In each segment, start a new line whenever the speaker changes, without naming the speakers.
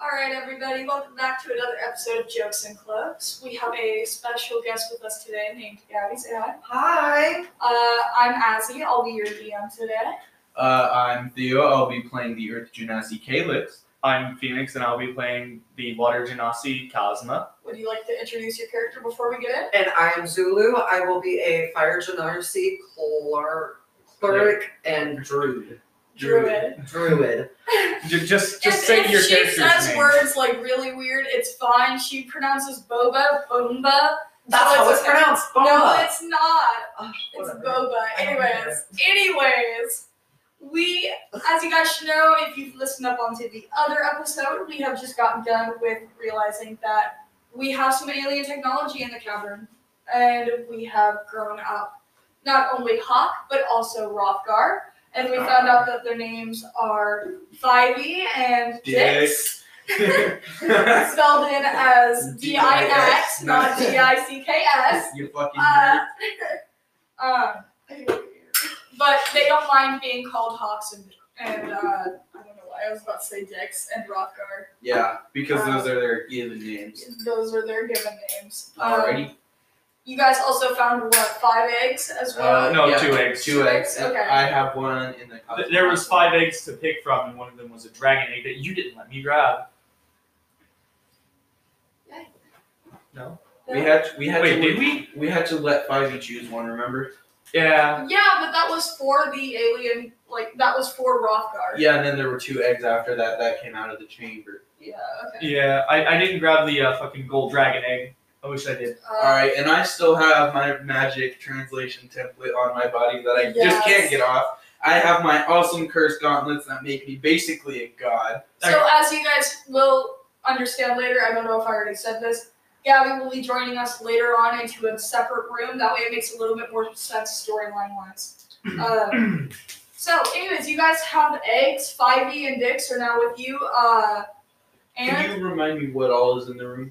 All right, everybody, welcome back to another episode of Jokes and Clubs. We have a special guest with us today named Gabby. Say hi.
Hi.
Uh, I'm Azzy. I'll be your DM today.
Uh, I'm Theo. I'll be playing the Earth Genasi Calyx.
I'm Phoenix, and I'll be playing the Water Genasi Cosma.
Would you like to introduce your character before we get in?
And I am Zulu. I will be a Fire Genasi clerk, cleric and druid.
Druid.
Druid.
J- just, just
if,
say
if
your
she
character's
says
name.
words like really weird, it's fine. She pronounces boba boomba.
That's how
So
it's pronounced.
No,
Boba.
it's not.
Ugh,
It's
whatever.
boba.
I don't
Anyways, anyways, we, as you guys should know, if you've listened up onto the other episode, we have just gotten done with realizing that we have some alien technology in the cavern, and we have grown up not only Hawk but also Rothgar, and we found out that their names are Fivey and Dix, spelled in as D I X, not D I C K S.
You fucking
Uh,
nerd.
um, but they don't mind being called hawks and, and uh, I don't know why I was about to say dicks and Rothgar.
Yeah, because
uh,
those are their given names.
Those are their given names. Um,
Alrighty.
You guys also found what five eggs as well.
Uh, no,
Yeah.
two eggs.
Two eggs.
Okay.
I have one in the cup.
Th- There was five eggs to pick from, and one of them was a dragon egg that you didn't let me grab. No.
We had we had
Wait,
to
did we?
we had to let Fivey choose one. Remember?
Yeah.
yeah, but that was for the alien. Like that was for Rothgar.
Yeah, and then there were two eggs after that that came out of the chamber.
Yeah. Okay.
Yeah. I, I didn't grab the uh, fucking gold dragon egg. I wish I did.
Uh,
All right, and I still have my magic translation template on my body that I just
Yes.
can't get off. I have my awesome curse gauntlets that make me basically a god.
So as you guys will understand later, I don't know if I already said this. Gabby will be joining us later on into a separate room. That way, it makes a little bit more sense storyline wise. Uh, so, anyways, you guys have eggs. Fivey and Dix are now with you. Uh, and
Can you remind me what all is in the room?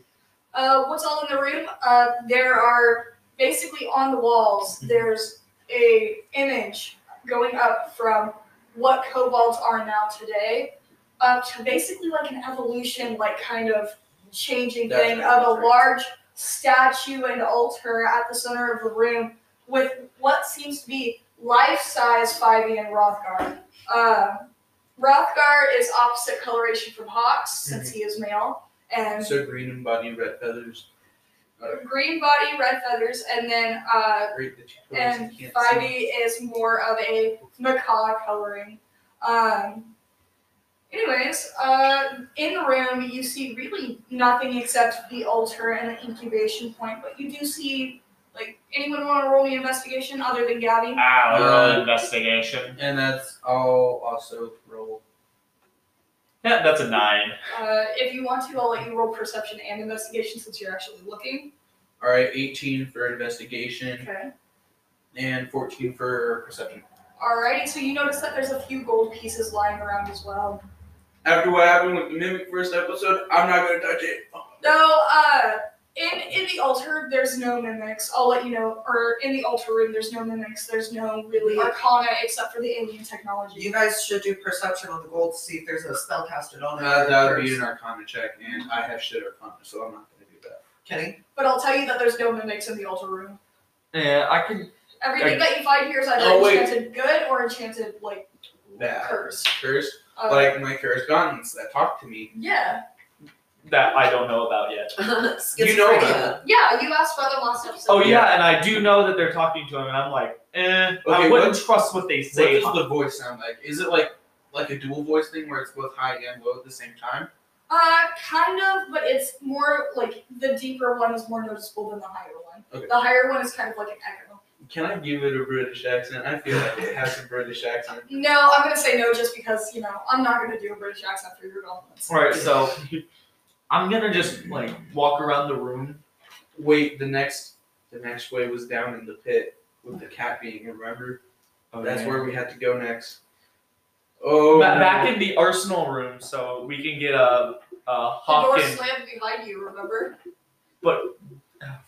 uh, what's all in the room? Uh, there are basically on the walls.
Mm-hmm.
There's a image going up from what kobolds are now today, up to basically like an evolution, like kind of changing
That's
thing
right,
of a
that's right.
large statue and altar at the center of the room with what seems to be life-size Fivey and Rothgar. Uh, Rothgar is opposite coloration from Hawks since
Mm-hmm.
he is male, and
So green and body, red feathers.
green body, red feathers, and then uh,
Great that you told us
and
you can't see.
Fivey is more of a macaw coloring. Um, anyways, uh, in the room you see really nothing except the altar and the incubation point, but you do see like anyone want to roll me investigation other than Gabby?
Ah,
roll
investigation.
And that's all. Also roll.
Yeah, that's a nine.
Uh, if you want to, I'll let you roll perception and investigation since you're actually looking.
All right, 18 for investigation
Okay.
and 14 for perception.
Alrighty, so you notice that there's a few gold pieces lying around as well.
After what happened with the mimic first episode, I'm not gonna touch it.
No, uh, in in the altar there's no mimics. I'll let you know. Or in the altar room there's no mimics. There's no really arcana except for the alien technology.
You guys should do perception on the gold to see if there's a spell casted on it.
Uh, that would be
first.
an Arcana check, and I have shit Arcana, so I'm not gonna do that.
Kenny.
But I'll tell you that there's no mimics in the altar room.
Yeah, I can.
Everything
Okay.
that you find here is either
Oh, wait.
enchanted good or enchanted like
Bad.
cursed.
Curse,
Uh,
like my curse gauntlets that talk to me.
yeah,
That I don't know about yet.
You know
Schizophrenia.
yeah. You asked about them last episode.
Oh yeah, and I do know that they're talking to him, and I'm like, eh,
Okay,
I wouldn't
what-
trust what they
What
say.
does the voice sound like? Is it like like a dual voice thing where it's both high and low at the same time?
Uh, kind of, but it's more like the deeper one is more noticeable than the higher one.
Okay.
The higher one is kind of like an echo.
Can I give it a British accent? I feel like it has a British accent.
No, I'm gonna say no just because you know I'm not gonna do a British accent for your developments.
All right, so I'm gonna just like walk around the room.
Wait, the next the next way was down in the pit with the cat being. Remember, Oh,
Oh,
that's where we had to go next. Oh,
Ba- back
no.
in the arsenal room, so we can get a a
The door
Hawkins.
slammed behind you. Remember,
Oh,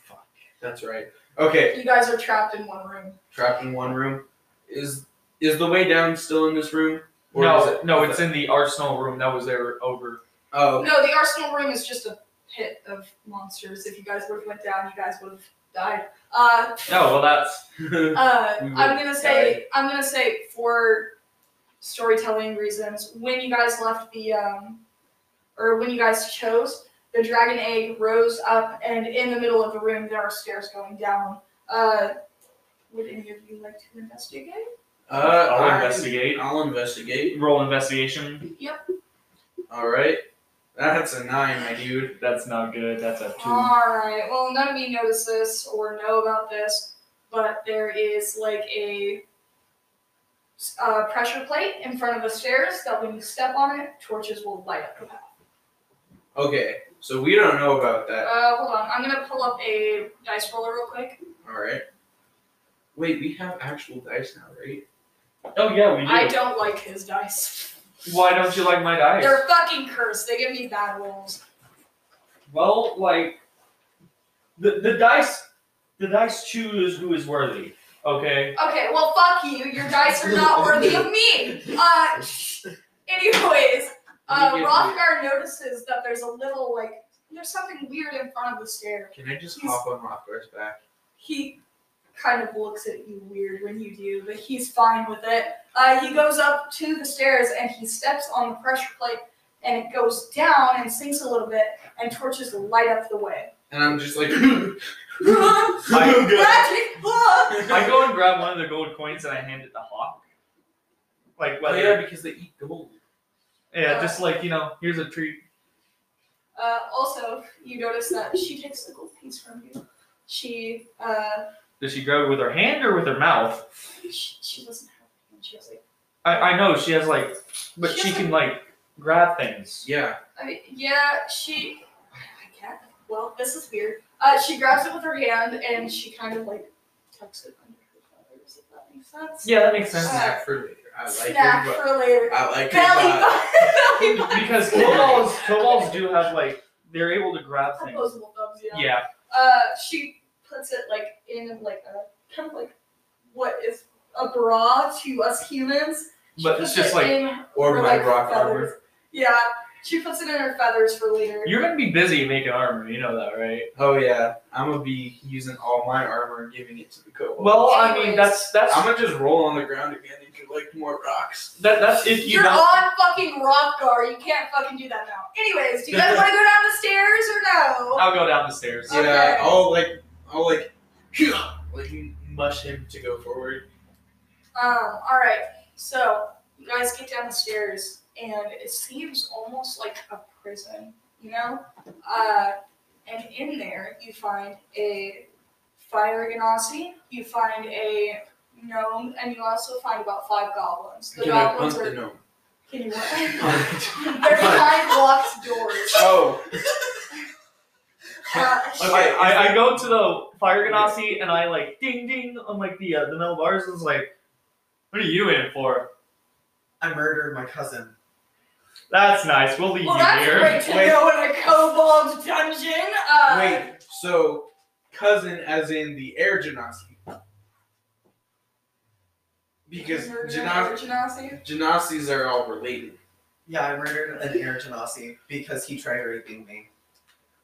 fuck.
that's right. Okay,
you guys are trapped in one room.
trapped in one room. Is is the way down still in this room?
no,
is it-
no, it's in the arsenal room that was there over.
Oh,
No, the arsenal room is just a pit of monsters. If you guys would have went down, you guys would have died. Uh,
No, well, that's.
uh,
We
I'm gonna say I'm gonna say for storytelling reasons, when you guys left the um, or when you guys chose, the dragon egg rose up, and in the middle of the room there are stairs going down. Uh, would any of you like to investigate?
uh, I-
I'll investigate.
I'll investigate.
Roll investigation.
All right, that's a nine, my dude.
That's not good. That's a
Oh.
two.
Alright, well, none of you notice this or know about this, but there is like a uh, pressure plate in front of the stairs that when you step on it, torches will light up the path.
Okay, so we don't know about that.
Uh, hold on, I'm gonna pull up a dice roller real quick.
All right. Wait, we have actual dice now, right?
Oh yeah, we do.
I don't like his dice.
Why don't you like my dice?
They're fucking cursed, they give me bad rolls.
Well, like the the dice, the dice choose who is worthy. Okay.
Okay, well, fuck you, your dice are not worthy of me! Uh, shh. anyways, uh,
Let me get
Rothgar notices that there's a little like, there's something weird in front of the stairs.
Can I just
He's-
hop on Rothgar's back?
he kind of looks at you weird when you do, but he's fine with it. Uh, he goes up to the stairs and he steps on the pressure plate, and it goes down and sinks a little bit, and torches light up the way.
And I'm just like,
Magic book!
I go and grab one of the gold coins and I hand it to Hawk. Like
well,
whether
yeah, because they eat gold.
Oh, yeah, just like you know, here's a treat.
Uh, also, you notice that she takes the gold piece from you. She uh,
Does she grab it with her hand or with her mouth?
she, she doesn't have it. She was like,
I I know she has like, but she can like grab things.
Yeah.
I mean, yeah, she. I can't. Well, this is weird. Uh, she grabs it with her hand and she kind of like tucks it under her feathers. If that makes sense.
Yeah, that makes sense.
Snack for later. I like
Snack
it,
for later.
but I like
Belly button. Belly
it.
button.
because kobolds kobolds do have like they're able to grab things.
Opposable thumbs. Yeah.
Yeah.
Uh, she puts it like in like a kind of like what is a bra to us humans. She
But
puts
it's just
it
like-
in
But, or
her,
my
like,
rock
feathers.
armor.
Yeah, she puts it in her feathers for later.
You're gonna be busy making armor, you know that, right?
Oh yeah, I'm gonna be using all my armor and giving it to the kobold.
Well, I mean
Anyways.
that's that's
I'm gonna just roll on the ground again and collect more rocks.
that, that's if you
You're
don't
on fucking rock guard. You can't fucking do that now. Anyways, do you guys want to go down the stairs or no?
I'll go down the stairs.
Okay.
Yeah, I'll like, I'll like, like mush him to go forward.
Um. All right. So you guys get down the stairs, and it seems almost like a prison. You know. Uh. And in there, you find a fire ganassi. You find a gnome, and you also find about five goblins. The
Can I
goblins
punt
are.
the gnome?
Can you what?
Punt.
They're behind locked doors.
Oh,
Uh,
Okay,
Wait, is
I, I
it-
go to the fire ganassi and I like ding ding on like the uh, the metal bars and it's like, what are you in for?
I murdered my cousin.
That's nice. We'll leave
Well,
you
that's
here.
great to
Wait.
know in a kobold dungeon. Uh,
wait. So, cousin, as in the air genasi, because
Murder
genas-
Genasi.
genasis are all related.
Yeah, I murdered an Air Genasi because he tried raping me.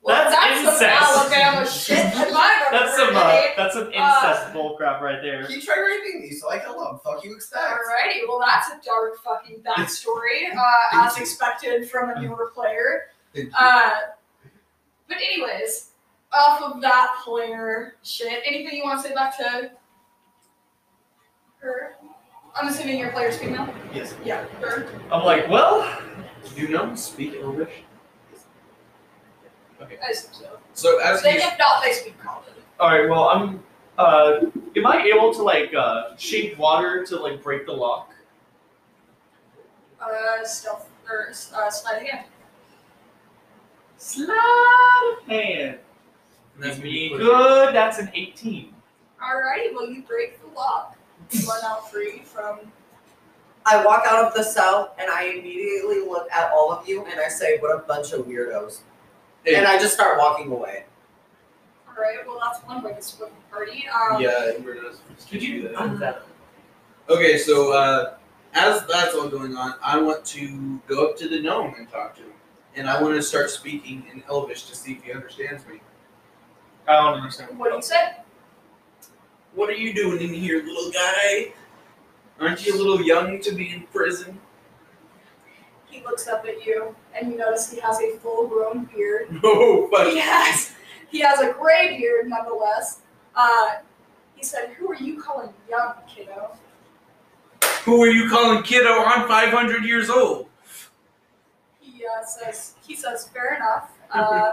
Well,
That's
that's
incest.
some Alabama shit. If I've ever
That's some
heard
uh,
it.
that's some incest bull crap right there.
He tried raping me, so I killed him. Fuck you expect?
Alrighty, well that's a dark fucking backstory, uh, as expected from a newer player. Uh, but anyways, off of that player shit, anything you want to say back to her? I'm assuming your player's female.
Yes.
Yeah, her.
I'm like, well,
Do gnomes speak Elvish?
I assume so.
So as
They,
he's,
if not, they speak common.
all right, well I'm. Uh, am I able to like uh, shake water to like break the lock?
Uh, stealth or uh, slide again.
Slide of hand.
that's
That's me.
me.
Good. That's an 18.
Alrighty, well you break the lock. You are now free from
I walk out of the cell and I immediately look at all of you and I say, "What a bunch of weirdos!"
Hey.
And I just start walking away.
Alright, well that's one way to split the party. Um,
yeah, we're just.
Could you?
Okay, so uh, as that's all going on, I want to go up to the gnome and talk to him. and I want to start speaking in Elvish to see if he understands me.
I don't understand.
What do you say?
What are you doing in here, little guy? Aren't you a little young to be in prison?
He looks up at you, and you notice he has a full-grown beard.
No, but
He has he has a gray beard, nonetheless. Uh, he said, "Who are you calling young, kiddo?"
who are you calling kiddo? I'm 500 years old.
He uh, says, "He says, fair enough." Uh,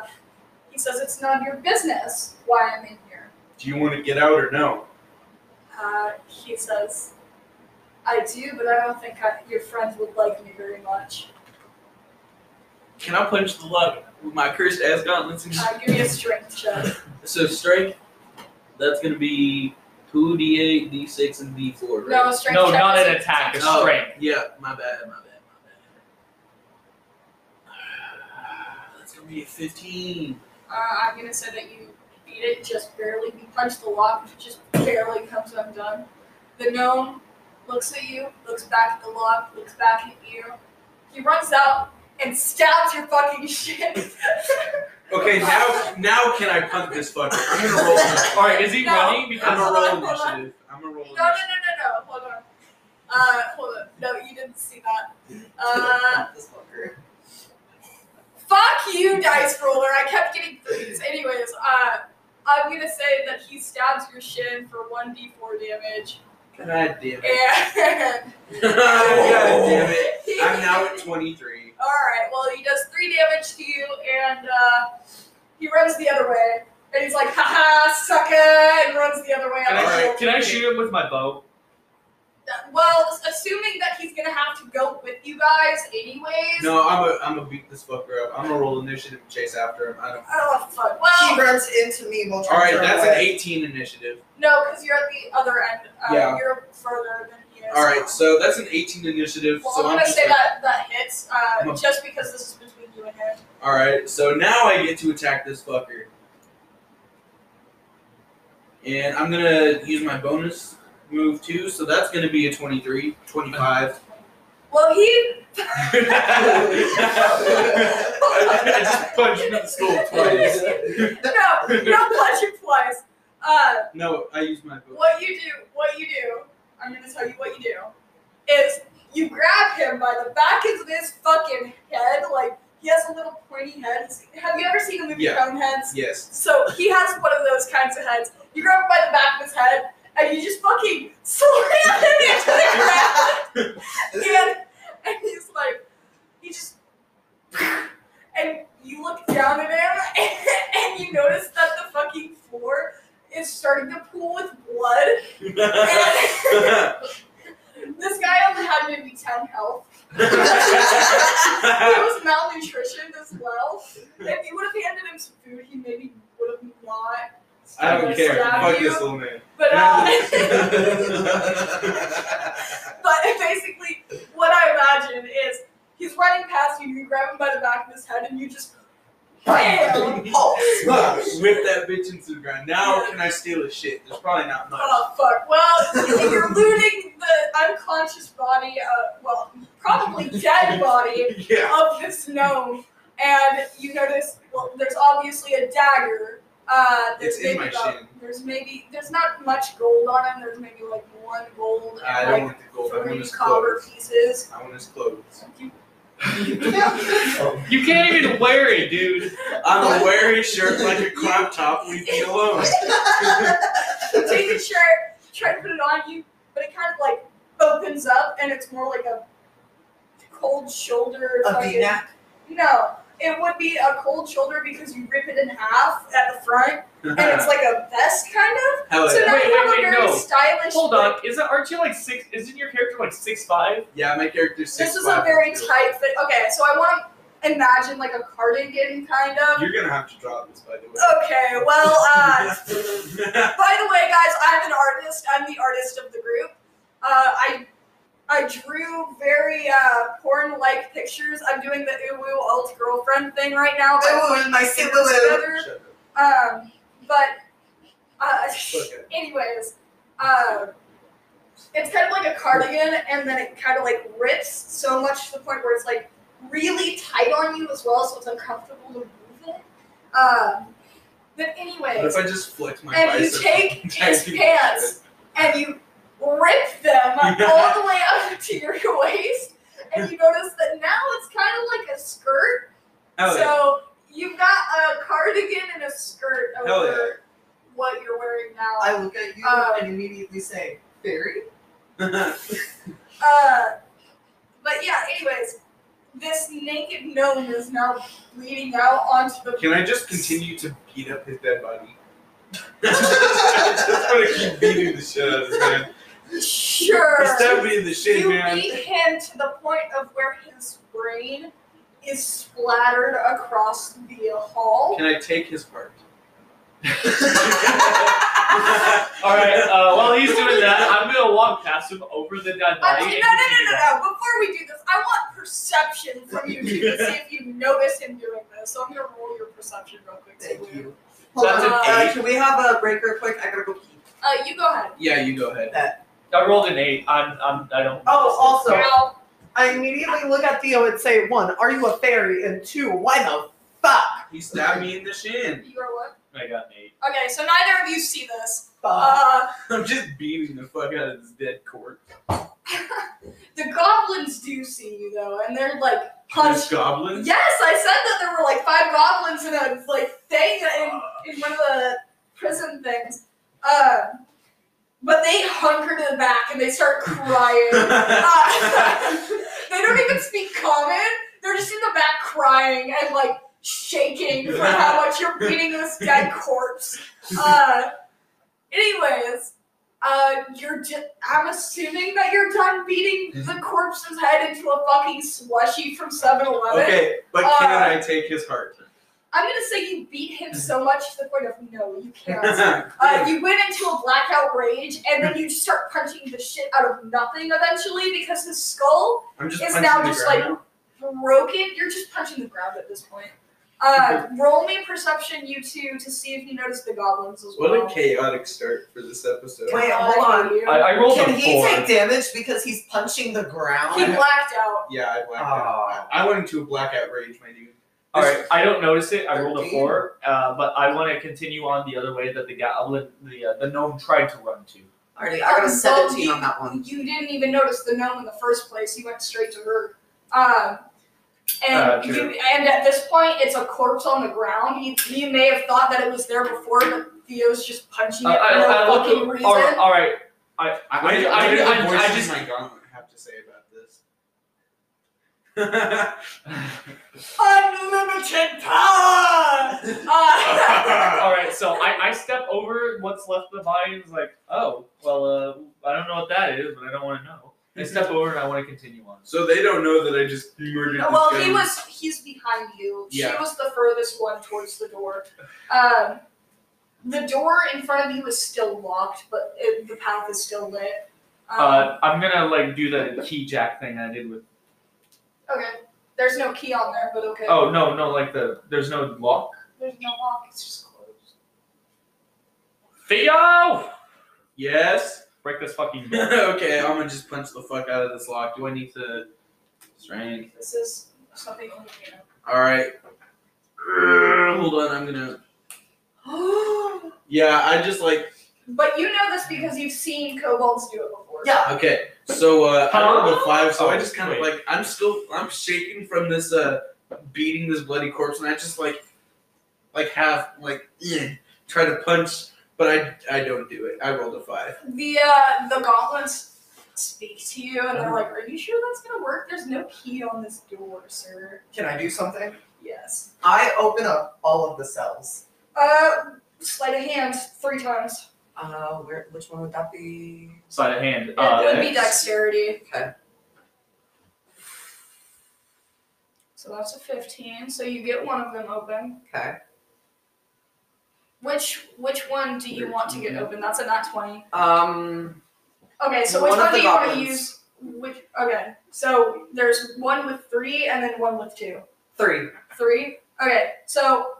he says, "It's none of your business why I'm in here."
Do you want to get out or no?
Uh, he says, "I do, but I don't think I, your friends would like me very much."
Can I punch the lug with my cursed ass gauntlets? And
Uh, give me a strength check.
so strike. That's gonna be two d8, d6, and d4.
No, a strength
No,
check.
not
is
an
a-
attack, a
Oh.
strength.
Yeah, my bad, my bad, my bad. That's gonna be a 15.
Uh, I'm gonna say that you beat it just barely. You punch the lock, which just barely comes undone. The gnome looks at you, looks back at the lock, looks back at you. He runs out and stabs your fucking shit.
Okay, now now can I punt this fucker? I'm gonna roll. initiative.
Alright, is he
No.
running?
I'm
Because
No.
gonna roll
Hold on, hold on.
initiative. I'm gonna roll
no, no, no,
initiative.
no, no. Hold on. Uh, hold on. No, you didn't see that. Uh,
This fucker.
fuck you, dice roller. I kept getting threes. Anyways, uh, I'm gonna say that he stabs your shin for 1d4 damage.
God damn it.
And.
God damn it. I'm now at 23.
All right. Well, he does three damage to you, and uh, he runs the other way, and he's like, "Ha ha, sucker!" and runs the other way.
can
I'm
I,
like,
can I shoot him with my bow?
"That- Well, assuming that he's gonna have to go with you guys anyways.
No, I'm a, I'm gonna beat this fucker up. I'm gonna roll initiative and chase after him. I don't.
Oh fuck.
he
Well,
runs into me while
All
trying
right,
to run
that's an
away.
18 initiative.
no, because you're at the other end. Uh,
Yeah.
You're further than he is.
All right, so that's an 18 initiative.
Well,
so
I'm gonna
just
say
gonna-
that that hits,
I'm
uh,
a-
just because this is between you and him.
All right, so now I get to attack this fucker, and I'm gonna use my bonus move too. So that's gonna be a 23, 25.
Well, he.
I, I just punched him in the skull twice.
no, you don't punch him twice. Uh,
No, I used my bonus.
What you do, what you do, I'm gonna tell you what you do, is you grab him by the back of his fucking head, like he has a little pointy head. Have you ever seen a movie
Yeah.
Crown Heads?
Yes.
So he has one of those kinds of heads. You grab him by the back of his head and you just fucking slam him into the ground. And, and he's like, he just, and you look down at him, and, you notice that the fucking floor is starting to pool with blood.
I
This guy only had maybe ten health. It was malnutrition as well. If you would have handed him some food, he maybe would have not.
don't
Like,
care.
stabbed
Fuck
you.
this little man.
But uh, But basically, what I imagine is he's running past you, you grab him by the back of his head, and you just bam!
Whip that bitch into the ground. Now can I steal his shit? There's probably not much.
Oh fuck! Well, you're looting the unconscious body, uh, well, probably dead body
Yeah.
of this gnome, and you notice well, there's obviously a dagger. Uh, there's
It's
maybe
in my
about,
shin.
There's maybe there's not much gold on him. There's maybe like one gold
I
and
don't
like
want the gold. I want
three
his
copper
clothes.
pieces.
I want his clothes.
You can't even wear it, dude.
I'm wearing his shirt like a crop top. Leave me alone.
You take a shirt, try to put it on you, but it kind of like opens up and it's more like a cold shoulder.
A
fucking-
V-neck.
No, it would be a cold shoulder because you rip it in half at the front and it's like a vest kind of.
Hell
So
yeah.
now
Oh, Wait,
you have
wait,
a
wait,
very
no.
stylish.
Hold on, isn't aren't you like six? Isn't your character like six five?
Yeah, my character's six.
This is a very tight fit. Okay, so I want to imagine like a cardigan kind of.
You're gonna have to drop this, by the way.
Okay, Oh, well, uh,
uh,
by the way, guys, I'm an artist. I'm the artist of the group. Uh, I I drew very uh, porn-like pictures. I'm doing the uwu alt girlfriend thing right now. but
Oh, and my
putting
silly
fingers
little-
together. Um, but uh, anyways, uh, it's kind of like a cardigan, and then it kind of like rips so much to the point where it's like really tight on you as well, so it's uncomfortable to move it. Um, but
What
anyways,
if I just flicked my
and you
bicep?
take his pants and you rip them all the way up to your waist, and you notice that now it's kind of like a skirt.
Hell yeah.
so you've got a cardigan and a skirt over
Hell yeah.
what you're wearing now.
I look at you
Uh,
and immediately say, "Fairy."
Uh, but yeah, anyways, this naked gnome is now bleeding out onto the.
Can I just continue to beat up his dead body? just want to keep beating the shit out of this man.
Sure.
He's dead beating the shit,
you
man.
beat him to the point of where his brain is splattered across the hall.
Can I take his part?
Alright, uh, while he's doing that, I'm gonna walk past him over the dead
I
body.
mean,
and
no, no, no,
continue
no, no. Before we do this, I want perception from you two to see if you notice him doing this. So I'm gonna roll your perception real quick. so
Thank
we-
you.
Hold
That's
on,
an
uh,
eight.
can we have a break real quick? I gotta go pee.
Uh, you go ahead.
Yeah, you go ahead.
that. I rolled an eight. I'm, I'm, I don't.
Oh, also- So-
now,
I immediately look at Theo and say, one, are you a fairy? And two, why the fuck?
He stabbed me in the shin.
you are what?
I got an eight.
Okay, so neither of you see this.
Fuck.
Uh,
I'm just beating the fuck out of this dead corpse.
the goblins do see you though, and they're like
These
hunched.
goblins?
Yes, I said that there were like five goblins in a like thing in, in one of the prison things. Uh, but they hunker to the back and they start crying. Uh, they don't even speak common. They're just in the back crying and like shaking for how much you're beating this dead corpse. Uh, anyways, uh, you're just, I'm assuming that you're done beating the corpse's head into a fucking slushy from 7 Eleven.
okay, but
Uh,
can I take his heart?
I'm gonna say you beat him so much to the point of no, you can't. Uh, you went into a blackout rage, and then you just start punching the shit out of nothing eventually because his skull
I'm just
it's
punching
now
the
just
ground
like-
now.
broken. You're just punching the ground at this point. Uh, roll me perception, you two, to see if you notice the goblins as well.
What a chaotic start for this episode.
Wait,
God,
hold on.
you.
I, I rolled
Can
a
he
four.
take damage because he's punching the ground?
he blacked out.
Yeah, I blacked out.
Aw.
I went into a blackout rage, my dude.
uh, All right, I don't notice it. I rolled a
13.
four, uh, but I want to continue on the other way that the goblin, the uh, the gnome tried to run to.
Alrighty, I got
Um,
a
so
seventeen
you-
on that one.
You didn't even notice the gnome in the first place. You went straight to her. Um, and
Uh,
you,
true.
and at this point, it's a corpse on the ground. You, you may have thought that it was there before, but Theo's just punching
Uh, I,
it for no
I, I look.
fucking
All
reason.
right, all right. I I,
What
I,
do-
I,
what do the
I,
voices
I
in
just
my gauntlet have to say about this?
Unlimited power. Uh,
All right, so I, I step over what's left of the body and was like, oh, well, uh, I don't know what that is, but I don't want to know. I step
Mm-hmm.
over and I want to continue on.
so they don't know that I just murdered this
Uh, Well,
guy.
he was. He's behind you. She
Yeah.
was the furthest one towards the door. Um, the door in front of you is still locked, but it, the path is still lit. Um,
Uh, I'm gonna like do that key jack thing I did with.
okay. There's no key on there, but okay.
Oh no, no, like the there's no lock.
There's no lock. It's just closed.
Theo,
Yes?
break this fucking door.
okay, I'm gonna just punch the fuck out of this lock. Do I need to. Strength.
This is something. only you know.
Alright. Hold on, I'm gonna. Yeah, I just like.
but you know this because you've seen kobolds do it before.
Yeah.
Okay, so uh, I rolled a five, so I just kind of
Wait.
like. I'm still. I'm shaking from this, uh, beating this bloody corpse, and I just like. Like, half, like, eh, try to punch, but I, I don't do it. I rolled a five.
The uh, the goblins speak to you, and they're like, "Are you sure that's gonna work? There's no key on this door, sir."
Can I do something?
Yes.
I open up all of the cells.
Uh, sleight of hand three times.
Uh, where, which one would that be?
Sleight of hand.
It
Uh,
would be dexterity.
Okay.
So that's a fifteen. So you get one of them open.
Okay.
Which which one do you want to get open? That's a not twenty.
Um,
Okay, so
One
which
of
one
the
do you want to
goblins.
use? Which okay, so there's one with three and then one with two.
three.
Three. Okay, so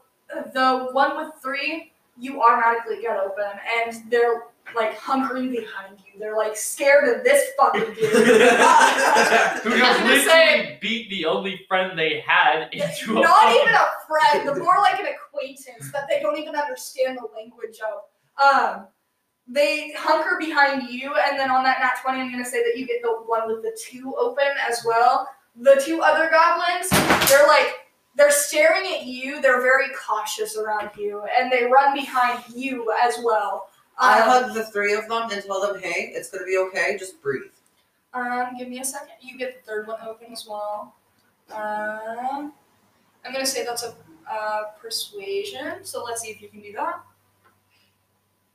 the one with three, you automatically get open, and they're like hunkering behind you. They're like scared of this fucking dude.
Who
I was
just
gonna
literally
say-
beat the only friend they had into a
Not
fucking-
even a friend, but more like an acquaintance that they don't even understand the language of. Um, they hunker behind you, and then on that nat 20, I'm going to say that you get the one with the two open as well. The two other goblins, they're like, they're staring at you, they're very cautious around you, and they run behind you as well.
I
Um,
hug the three of them and tell them, hey, it's gonna be okay, just breathe.
Um, give me a second. You get the third one open as well. Um, I'm gonna say that's a uh, persuasion. So let's see if you can do that.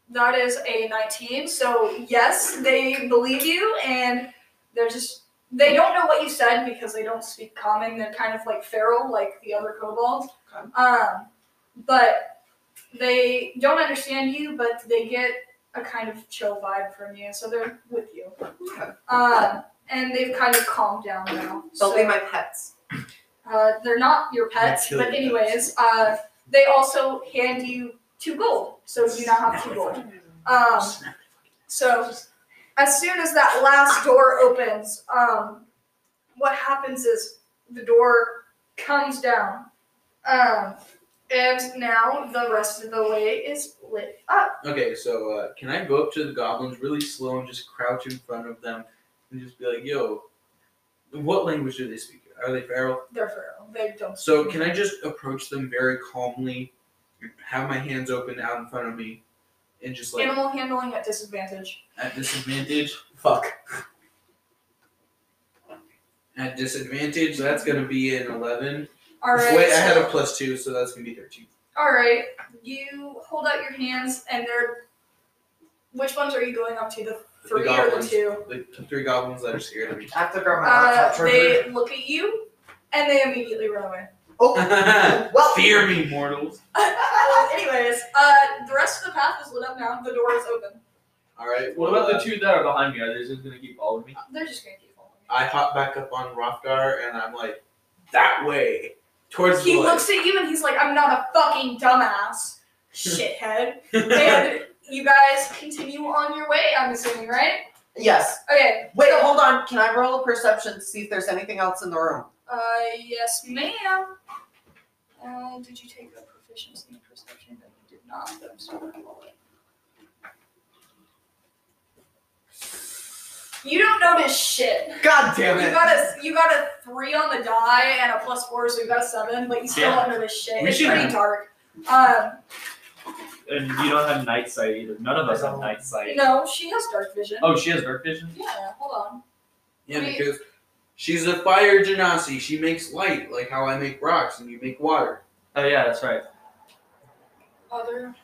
That is a 19. So yes, they believe you, and they're just they don't know what you said because they don't speak common. They're kind of like feral, like the other kobolds. Um, but they don't understand you, but they get a kind of chill vibe from you, so they're with you.
Okay.
Um, and they've kind of calmed down now.
They'll be
So,
my pets.
uh, they're not your pets,
kill
but
your
anyways, uh, they also hand you two gold, so you now have two gold. Um, so as soon as that last door opens, um, what happens is the door comes down, um, and now the rest of the way is lit up.
Okay, so uh, can I go up to the goblins really slow and just crouch in front of them and just be like, "Yo, what language do they speak? Are they feral?"
They're feral. They don't.
So can I just approach them very calmly, have my hands open out in front of me, and just like
Animal handling at disadvantage.
at disadvantage?
Fuck.
At disadvantage, that's gonna be an eleven.
All right.
Wait, I had
so-
a plus two, so that's gonna be thirteen.
All right, you hold out your hands, and they're. Which ones are you going up to? The three or the
goblins.
two?
The the three goblins that are scared of me.
I have to grab my laptop
Uh,
charger.
they look at you, and they immediately run away.
oh, well,
Fear me, mortals.
Anyways, uh, the rest of the path is lit up now. The door is open.
All right. uh,
What about the two that are behind me? Are they just gonna keep following me?
They're just gonna keep following
I hop back up on Rothgar and I'm like, that way, towards
you. He
the
looks at you and he's like, "I'm not a fucking dumbass, shithead."
left.
and you guys continue on your way. I'm assuming, right?
yes.
Okay.
Wait,
Wait, hold on, can I roll a perception to see if there's anything else in the room?
Uh, yes, ma'am. Uh, did you take a proficiency in perception? No, you did not. but I'm still gonna roll it. You don't notice shit.
God
You
damn it.
got a you got a three on the die and a plus four, so you got a seven, but you still
Yeah.
don't notice shit.
We
it's
should
pretty
have-
dark. Um,
And you don't have night sight either. None of us have night sight.
no, she has dark vision.
Oh, she has dark vision.
Yeah, hold on.
yeah, because she's a fire genasi. She makes light, like how I make rocks and you make water.
Oh yeah, that's right.
Other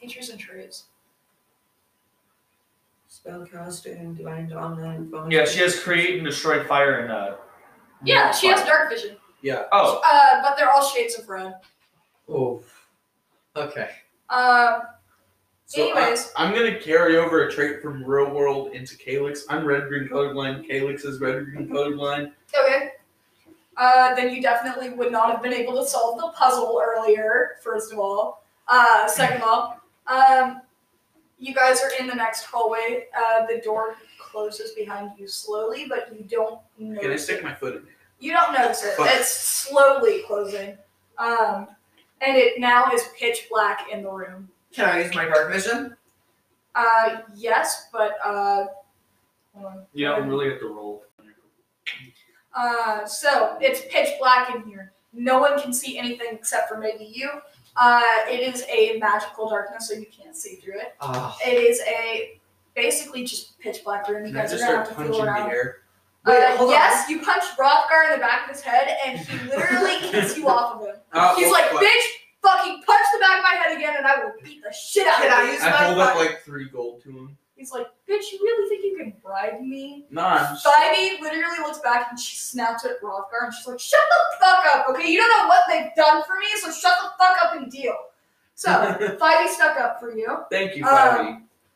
features and traits.
Spellcasting, divine dominant, bonus.
Yeah, she has create and destroy fire and uh.
Yeah, she has
fire.
dark vision.
Yeah.
Oh,
Uh, but they're all shades of red.
Oh.
Okay.
Um,
So
Anyways.
I, am gonna carry over a trait from real world into Calyx. I'm red green colorblind. Calyx is red green colorblind.
okay. Uh, then you definitely would not have been able to solve the puzzle earlier, first of all. Uh, second of all, um, you guys are in the next hallway. Uh, the door closes behind you slowly, but you don't notice
Can I
it.
stick my foot in it?
You don't notice it.
Fuck.
It's slowly closing. Um, and it now is pitch black in the room.
Can I use my dark vision?
Uh, yes, but, uh, hold on.
you don't really have to roll.
Uh, so it's pitch black in here. No one can see anything except for maybe you. Uh, it is a magical darkness, so you can't see through it.
Ah.
Oh.
It is a basically just pitch black room. You
Can I
guys are
just
gonna have
start
to
punching
fool
the
around.
air?
Wait,
uh,
hold on.
yes, you punch Rothgar in the back of his head, and he literally kicks you off of him.
Uh,
He's
oh,
like,
fuck.
"Bitch, fucking punch the back of my head again, and I will beat the shit out
Can
of
I
you."
use
I
my
hold up
fuck-
like three gold to him.
He's like, "Bitch, you really think you can bribe me?"
Nah, I'm just-
Spivey literally looks back and she snaps at Rothgar and she's like, shut the fuck up, okay? You don't know what they've done for me, so shut the fuck up and deal. So, Spivey stuck up for you.
Thank you,
Um,
Bobby.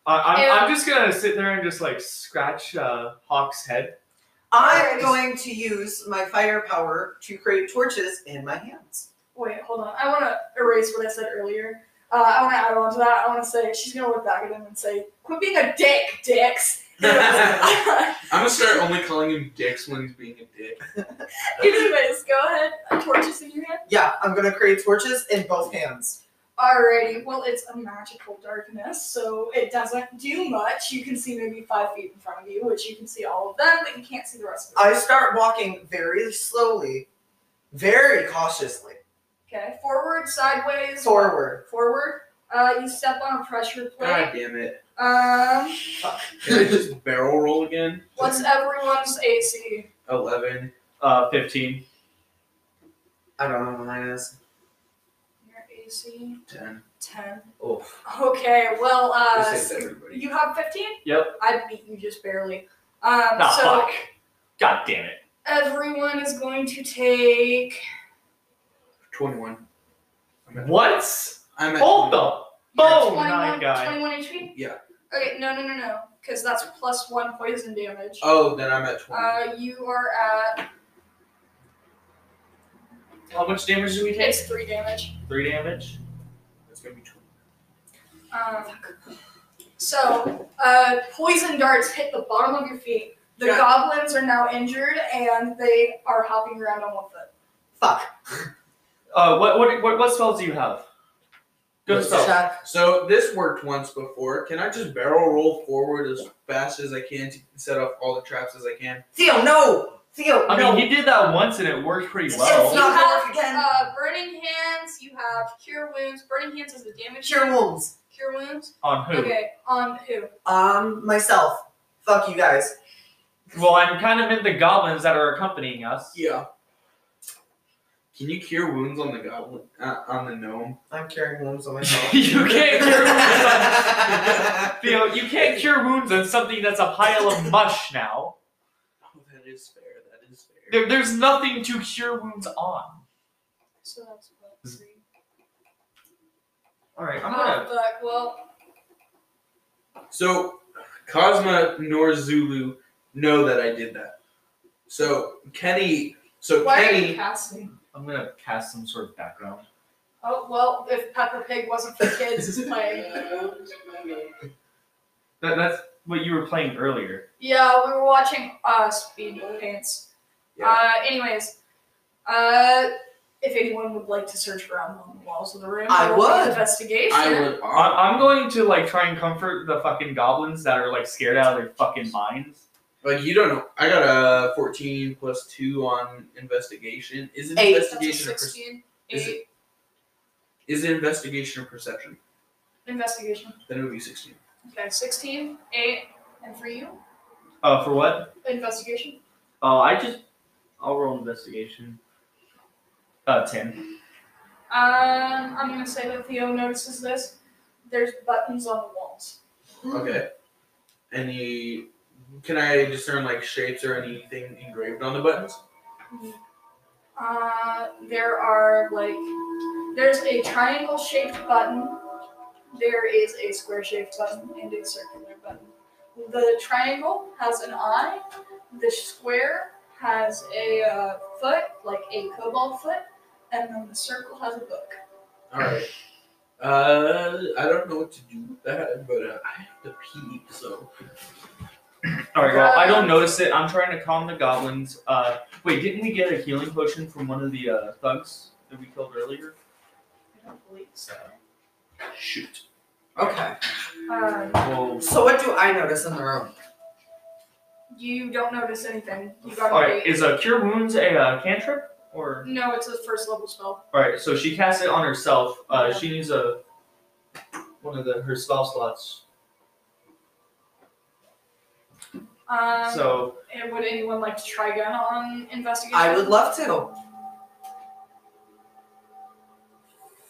I, I'm,
And-
I'm just gonna sit there and just like scratch uh, Hawk's head.
I'm
Alright.
going to use my firepower to create torches in my hands.
Wait, hold on. I want to erase what I said earlier. Uh, I want to add on to that. I want to say she's gonna look back at him and say, "Quit being a dick, dicks." Anyways,
I'm gonna start only calling him dicks when he's being a dick.
go ahead. A torch is in your hand.
Yeah, I'm gonna create torches in both hands.
Alrighty. Well, it's a magical darkness, so it doesn't do much. You can see maybe five feet in front of you, which you can see all of them, but you can't see the rest of them.
I start walking very slowly, very cautiously
Okay. Forward, sideways.
forward.
Forward. Uh, you step on a pressure
God
plate.
damn it!
Um,
Can I just barrel roll again?
what's everyone's AC?
Eleven.
Uh, fifteen.
I don't know what mine is.
Your AC
Ten.
ten.
Oh,
Okay. Well, uh,
This is everybody.
You have 15?
Yep.
I beat you just barely. Um,
Nah,
so
fuck. God damn it.
everyone is going to take.
Twenty-one. I'm at-
What?
I'm at
Hold the
21.
phone,
21,
my guy.
21 HP?
Yeah.
Okay, no, no, no, no. Because that's plus one poison damage.
Oh, then I'm at twenty.
Uh, you are at.
How much damage do we take?
It's three damage.
Three damage.
That's gonna be twenty.
Um, so, uh, poison darts hit the bottom of your feet. The
Yeah.
goblins are now injured and they are hopping around on one foot.
Fuck.
Uh, what what what, what spells do you have? Good
What's
spells.
Shut-
So this worked once before. Can I just barrel roll forward as fast as I can to set off all the traps as I can?
Theo, no. Theo,
I
no.
mean, he did that once and it worked pretty
It's
You
just
well.
not gonna
have
work again.
uh, burning hands. You have cure wounds. Burning hands is the damage.
Cure wounds.
Cure wounds.
On who?
Okay, on who?
Um, myself. Fuck you guys.
Well, I'm kind of in the goblins that are accompanying us.
Yeah. Can you cure wounds on the goblin? Uh, on the gnome?
I'm carrying wounds on myself.
you can't cure wounds
I
on Theo. You can't cure wounds on something that's a pile of mush now.
Oh, that is fair. That is fair.
There, there's nothing to cure wounds on.
So that's what three.
All right, I'm
Oh,
gonna.
fuck. Well,
So, Cosma nor Zulu know that I did that. So Kenny. So
why are you
Kenny.
casting?
I'm gonna cast some sort of background.
Oh well, if Peppa Pig wasn't for kids, it's playing.
That, that's what you were playing earlier.
Yeah, we were watching uh Speedball Dance.
Yeah.
Uh, anyways, uh, if anyone would like to search around on the walls of the room,
I
there will be
would.
Investigation.
I would.
I, I'm going to like try and comfort the fucking goblins that are like scared out of their fucking minds.
Like you don't know. I got a fourteen plus two on investigation. Is it
Eight.
That's a
investigation or perce-
sixteen.
is
Eight.
is it investigation or perception?
Investigation.
Then it would be sixteen.
Okay, sixteen, eight, and for you,
Uh, for what?
investigation.
Uh, I just. I'll roll investigation. Uh, ten.
Um, I'm gonna say that Theo notices this. There's buttons on the walls. Mm-hmm.
Okay. Any? Can I discern like shapes or anything engraved on the buttons?
Uh, there are like, there's a triangle shaped button. There is a square shaped button and a circular button. The triangle has an eye. The square has a uh, foot, like a cobalt foot, and then the circle has a book.
All right. Uh, I don't know what to do with that, but uh, I have to pee, so
All right, well, I
Uh,
don't notice it. I'm trying to calm the goblins. Uh, wait, didn't we get a healing potion from one of the uh, thugs that we killed earlier?
I don't believe so.
Shoot.
okay.
Um,
Whoa.
So what do I notice in the room?
you don't notice anything. You got
All
an
right,
eight.
is a cure wounds a uh, cantrip or?
No, it's a first level spell.
All right, so she cast it on herself. Uh, She needs a one of the her spell slots.
Um,
so
and would anyone like to try again on investigation?
I would love to.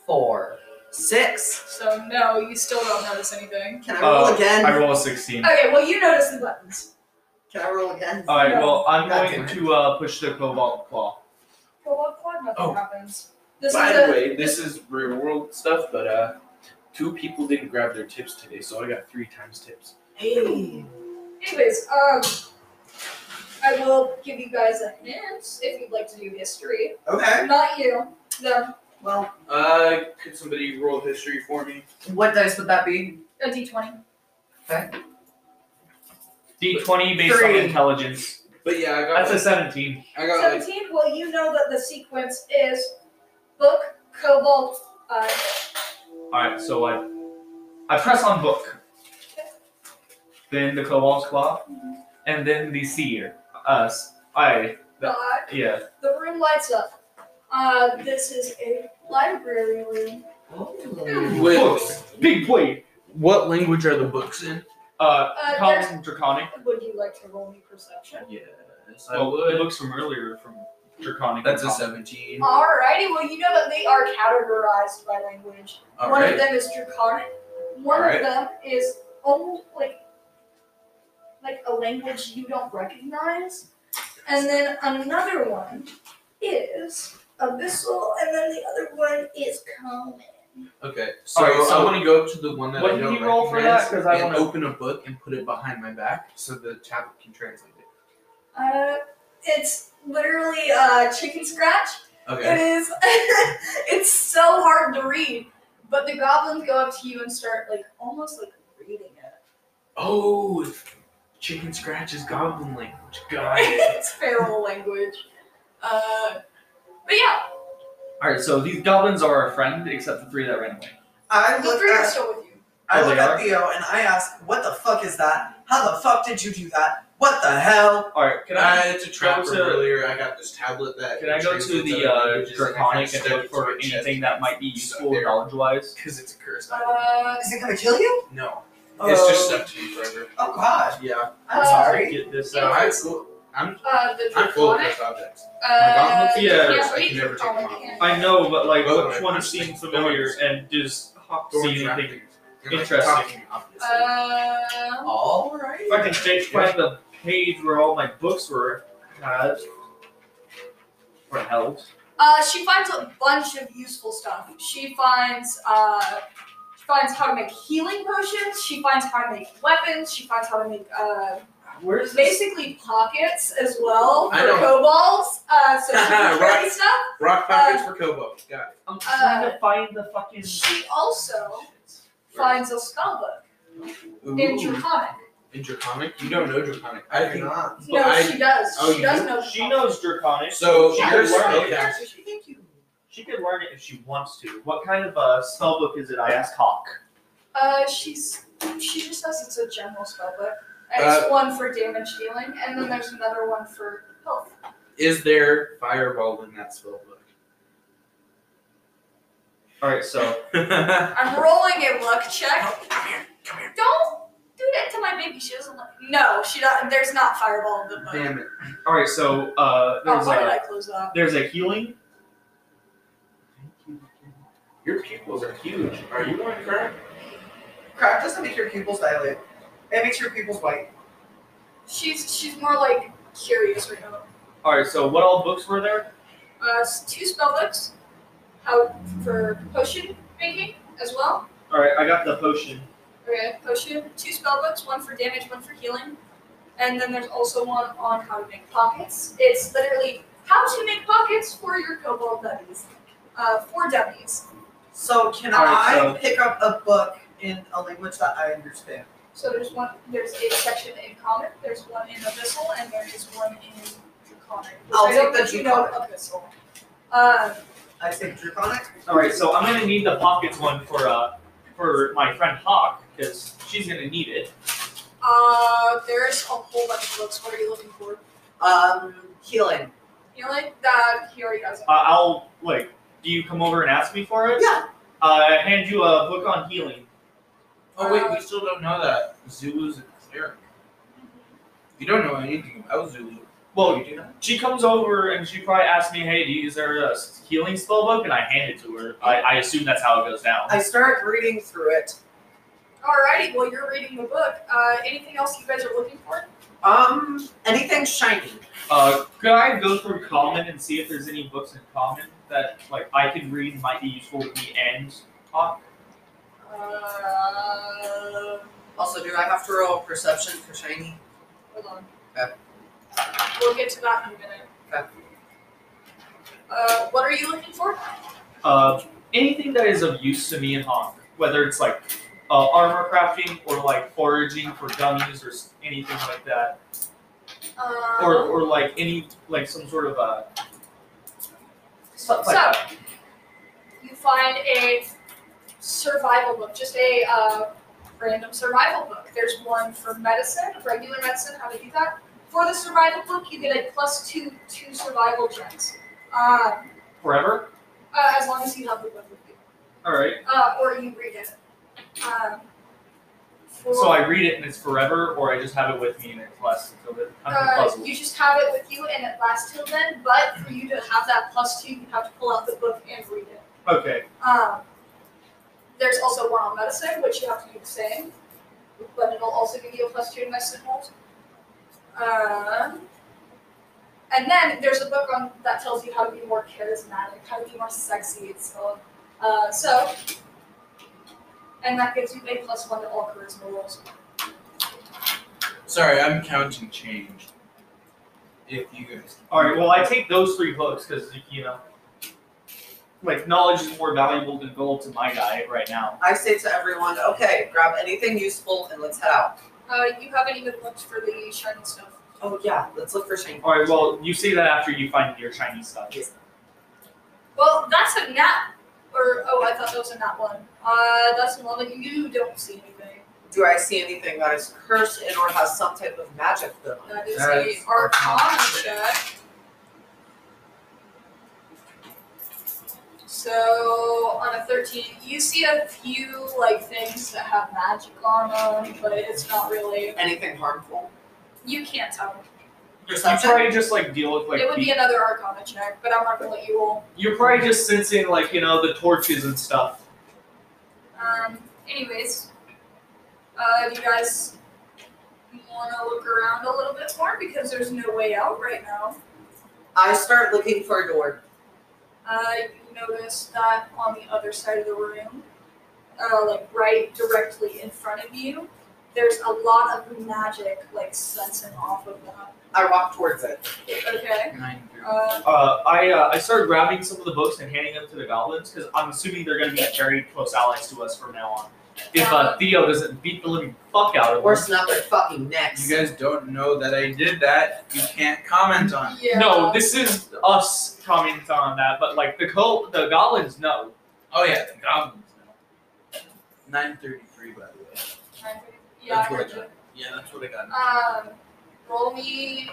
Four. Six.
So no, you still don't notice anything.
Can I roll
Uh,
again?
I roll a sixteen.
Okay, well you notice the buttons.
Can I roll again?
All right,
No.
well I'm
God
going
damn it.
to uh, push the cobalt claw.
Well, what quad nothing
Oh.
happens. This
By
is
the
a,
way, this is real world stuff, but uh, two people didn't grab their tips today, so I got three times tips.
Hey.
Anyways, um, I will give you guys a hint if you'd like to do history.
Okay.
Not you, them.
Well,
Uh, could somebody roll history for me?
what dice would that be?
A D twenty.
D twenty based
Three.
on intelligence.
But yeah, I got
That's a seventeen.
I got like
Seventeen. Well, you know that the sequence is book, cobalt, uh,
All right, so I I press on book, then the cobalt claw, and then the seer. Us. I
god.
yeah.
The room lights up. Uh, this is a library room.
Wait.
Books. Big boy.
what language are the books in?
Uh,
Uh, there's-
common draconic.
Would you like to roll me perception?
Yes,
Well, the books from earlier from draconic.
That's a
and common.
seventeen.
Alrighty, well, you know that they are categorized by language.
All
one of
right.
them is draconic. One
Alright.
of them is almost like like a language you don't recognize, and then another one is abyssal, and then the other one is common.
Okay. So,
Alright, so-
I want to go to the one that
What
I
did
don't
you roll for
recognize
that? 'Cause I
and
wanna-
open a book and put it behind my back so the tablet can translate it.
Uh, it's literally uh, chicken scratch. It
Okay.
is. it's so hard to read, but the goblins go up to you and start like almost like reading it.
Oh, chicken scratch is goblin language. Got it.
it's feral language. Uh, but yeah,
All right, so these goblins are our friend, except the three that ran away.
I
the
look
three are
at
still with you.
I
Oh,
look
they
at
are?
Theo and I ask, "What the fuck is that? How the fuck did you do that? What the hell?"
All right,
Can I? It's a trap
go
from
to-
earlier. I got this tablet that.
Can I go to
translates
the
other
uh,
languages, and I kinda
draconic and
stuck it
look
to
for
my chest
anything that might be
and stuck
useful
there.
knowledge wise?
Because it's a curse.
Uh,
Is it gonna kill you?
no, it's just stuck to me forever.
Oh god,
uh, Yeah.
I'm
Uh,
sorry.
Get this
No,
out.
I, I'm
uh, the
I'm full of
draconic.
cursed objects.
Uh,
goblins?
you
Yeah,
can't
I can
read
never take
draconic,
them off.
can you?
I know, but like,
Well,
which
I
one
just
seems
think
familiar
thorns.
and just hop
Thorns
see
wrapped
anything?
in- in my
interesting.
talking, obviously.
Uh,
All right.
If I can take find the page where all my books were had or held.
uh, she finds a bunch of useful stuff. She finds uh, she finds how to make healing potions. She finds how to make weapons. She finds how to make uh,
Where's this?
basically pockets as well
I
for
know.
kobolds. Uh, so she can carry
Right.
stuff.
Rock pockets for Kobo. Got it.
I'm trying to find the fucking.
uh, She also finds a spell book
Ooh.
in Draconic.
In Draconic? You don't know Draconic. I think
not.
No,
I-
she does.
oh,
she
you
does
do?
know.
She knows draconic.
so.
She
Yeah,
You're
could learn
so-
it.
okay.
She could learn it if she wants to. What kind of uh, spell book is it? I asked Hawk.
Uh, she's she just says it's a general spell book. And
Uh,
it's one for damage dealing, and then there's another one for health.
Is there fireball in that spell book?
All right, so
I'm rolling a luck check. Don't do that to my baby. She doesn't. Like, no, she not. There's not fireball in the book.
Damn it.
all right, so
oh,
uh, there's
why did
a
I close that?
there's a healing.
Your pupils are huge. Are you on crack?
Crack doesn't make your pupils dilate. It makes your pupils white.
She's she's more like curious right now.
All right, so what all books were there?
Uh, s- two spell books, how for potion making as well.
All right, I got the potion.
Okay, potion. Two spell books, one for damage, one for healing, and then there's also one on how to make pockets. It's literally how to make pockets for your kobold buddies, uh, for dummies.
So can
All right,
I
so-
pick up a book in a language that I understand?
So there's one. There's a section in common. There's one in abyssal, and there is one in draconic. which
I'll
I
take
don't
the
think you know abyssal. Um,
I say draconic.
All right, so I'm gonna need the pockets one for uh for my friend Hawk because she's gonna need it.
uh, there's a whole bunch of books. What are you looking for?
Um, healing.
You know, like that. He already does it.
Uh, I'll like, do you come over and ask me for it?
Yeah.
Uh, I hand you a book on healing.
Oh wait, we still don't know that Zulu's a cleric. You don't know anything about Zulu.
Well,
you do know.
she comes over and she probably asks me, "Hey, do you, is there a s- healing spell book?" And I hand it to her. I, I assume that's how it goes down.
I start reading through it.
Alrighty, well, you're reading the book. Uh, anything else you guys are looking for?
Um, anything shiny.
Uh, could I go through common and see if there's any books in common that like I can read and might be useful to me and Hawk?
Uh,
Also, do I have to roll perception for shiny?
hold on.
Okay.
We'll get to that in a minute.
Okay.
Uh, what are you looking for?
Uh, anything that is of use to me and Hawk, whether it's like uh, armor crafting or like foraging for dummies or s- anything like that,
Um,
or or like any like some sort of uh stuff like
So-
that.
you find a survival book, just a uh, random survival book. There's one for medicine, regular medicine, how to do that. For the survival book, you get a plus two two survival checks, uh,
Forever.
uh, as long as you have the book with you,
All right.
uh, or you read it. Um, for,
So I read it and it's forever, or I just have it with me and it lasts until the I'm
uh,
puzzled.
you just have it with you and it lasts till then. But for you to have that plus two, you have to pull out the book and read it.
Okay.
Um, there's also one on medicine, which you have to do the same, but it'll also give you a plus two to medicine rolls. Um, and then there's a book on that tells you how to be more charismatic, how to be more sexy. It's called. Uh, so, and that gives you a plus one to all charisma rolls.
Sorry, I'm counting change. If you guys.
All right. Well, I take those three books because you know, like knowledge is more valuable than gold to my guy right now.
I say to everyone, okay, grab anything useful and let's head out.
Uh, you haven't even looked for the shiny stuff.
Oh yeah, let's look for Shane.
All right. Well, you say that after you find your Chinese stuff.
Well, that's a nat, or oh, I thought that was a nat one. Uh, that's an eleven. You don't see anything.
Do I see anything that is cursed and or has some type of magic going on?
That is
That's
a Arcana
Arcana.
check. So on a thirteen, you see a few like things that have magic on them, but it's not really.
Anything harmful?
You can't tell.
You
Perception?
probably just like deal with like
it would be
the-
another Arcana check, but I'm not gonna let you roll.
you're probably just sensing like you know the torches and stuff.
Um. Anyways, uh, do you guys want to look around a little bit more because there's no way out right now?
I start looking for a door.
Uh, you notice that on the other side of the room, uh, like right directly in front of you, there's a lot of magic like sensing off of that.
I walk towards it.
Okay.
Nine through-
Uh,
Uh, I uh, I started grabbing some of the books and handing them to the goblins because I'm assuming they're going to be very close allies to us from now on. If uh, Theo doesn't beat the living fuck out of
Or
us.
snap their fucking necks.
You guys don't know that I did that. You can't comment on. it.
yeah.
No, this is us commenting on that, but like the co- the goblins know.
Oh yeah, the goblins know. Nine thirty-three, by the way.
Yeah. I
That's what I
heard
got. Yeah, that's what I got.
you. Um, roll me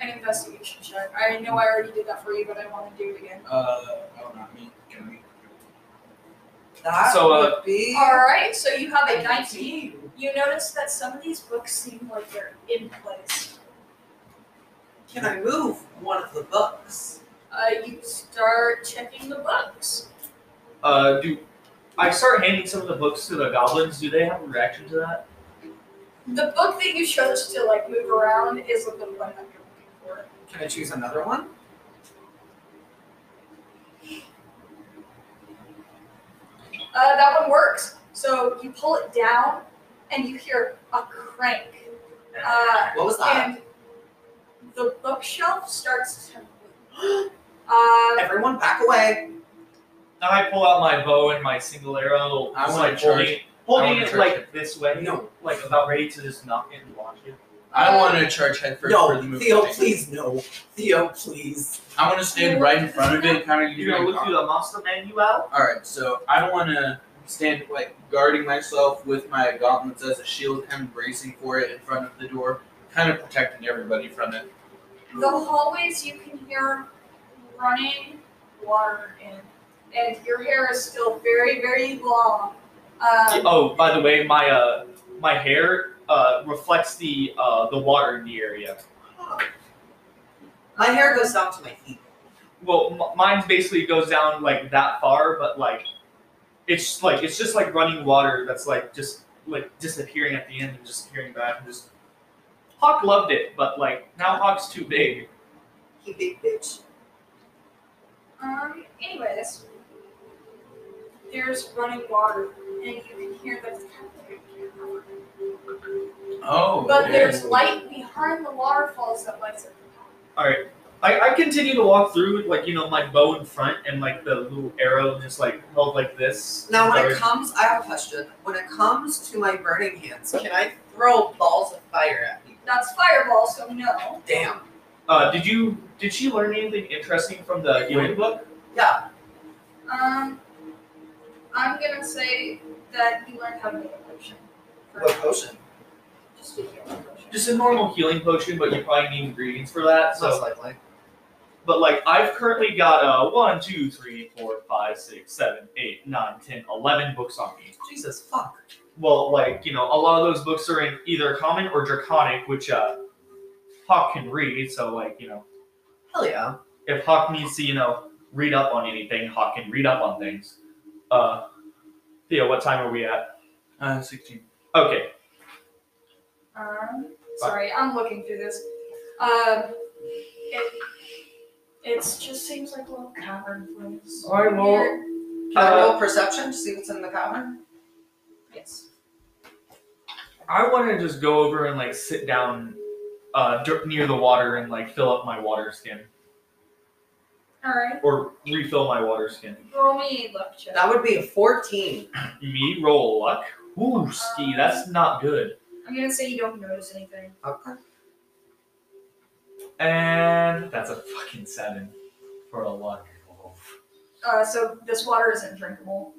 an investigation check. I know I already did that for you, but I want to do it again.
Uh, oh, not me. Can we?
That
So, uh,
would be
All right. So you have a 19. You notice that some of these books seem like they're in place.
Can I move one of the books?
Uh, you start checking the books.
Uh, do I start handing some of the books to the goblins? Do they have a reaction to that?
The book that you chose to like move around is the one that you're looking for.
Can I choose another one?
Uh, that one works. So you pull it down, and you hear a crank, uh,
What was that?
and the bookshelf starts to move. Uh,
Everyone back away.
Now I pull out my bow and my single arrow.
I
just,
wanna
like holding
charge-
it, holding
wanna
it
charge
like
it.
this way.
No.
like about ready to just knock it and launch it.
Uh,
I want to charge head first for
no,
the movie.
Theo,
thing.
please no. Theo, please.
I want to stand right in front of it, and kind of
You're gonna look through the master manual.
All right, so I want to stand like guarding myself with my gauntlets as a shield, kind of bracing for it in front of the door, kind of protecting everybody from it.
the hallways you can hear running water in, and your hair is still very, very long. Um,
Oh, by the way, my uh, my hair uh reflects the uh the water in the area.
My hair goes down to my feet.
Well, m- mine basically goes down like that far, but like it's like it's just like running water that's like just like disappearing at the end and just appearing back and just. Hawk loved it, but like now Hawk's too big.
He big bitch.
Um, anyways, there's running water, and you can hear the.
Oh,
But there's light behind the waterfalls that lights it.
All right, I, I continue to walk through with like you know my bow in front and like the little arrow just like held like this.
Now, when
Sorry.
it comes, I have a question. When it comes to my burning hands, can I throw balls of fire at people?
That's fireball, so no.
Damn.
uh, did you did she learn anything interesting from the healing book?
Yeah.
Um, I'm gonna say that you learned how to make a potion.
What potion?
Just a healing potion.
Just a normal healing potion, but you probably need ingredients for that. So,
likely.
but like I've currently got uh one, two, three, four, five, six, seven, eight, nine, ten, eleven books on me.
Jesus fuck.
Well, like you know, a lot of those books are in either common or draconic, which uh, Hawk can read. So like you know.
Hell yeah.
if Hawk needs to, you know, read up on anything, Hawk can read up on things. Uh, Theo, what time are we at?
Uh, 16.
Okay,
Um, sorry, I'm looking through this. Um, it it just seems like a little cavern place.
All right, well,
Weird.
Can I
uh,
roll perception to see what's in the cavern?
Yes.
I want to just go over and like sit down uh, dir- near the water and like fill up my water skin
All right.
or refill my water skin.
Roll me a luck check.
That would be a 14.
Me roll luck. Ooh, ski, that's not good.
I'm gonna say you don't notice anything.
Okay.
And that's a fucking seven for a luck.
Uh, so this water isn't drinkable.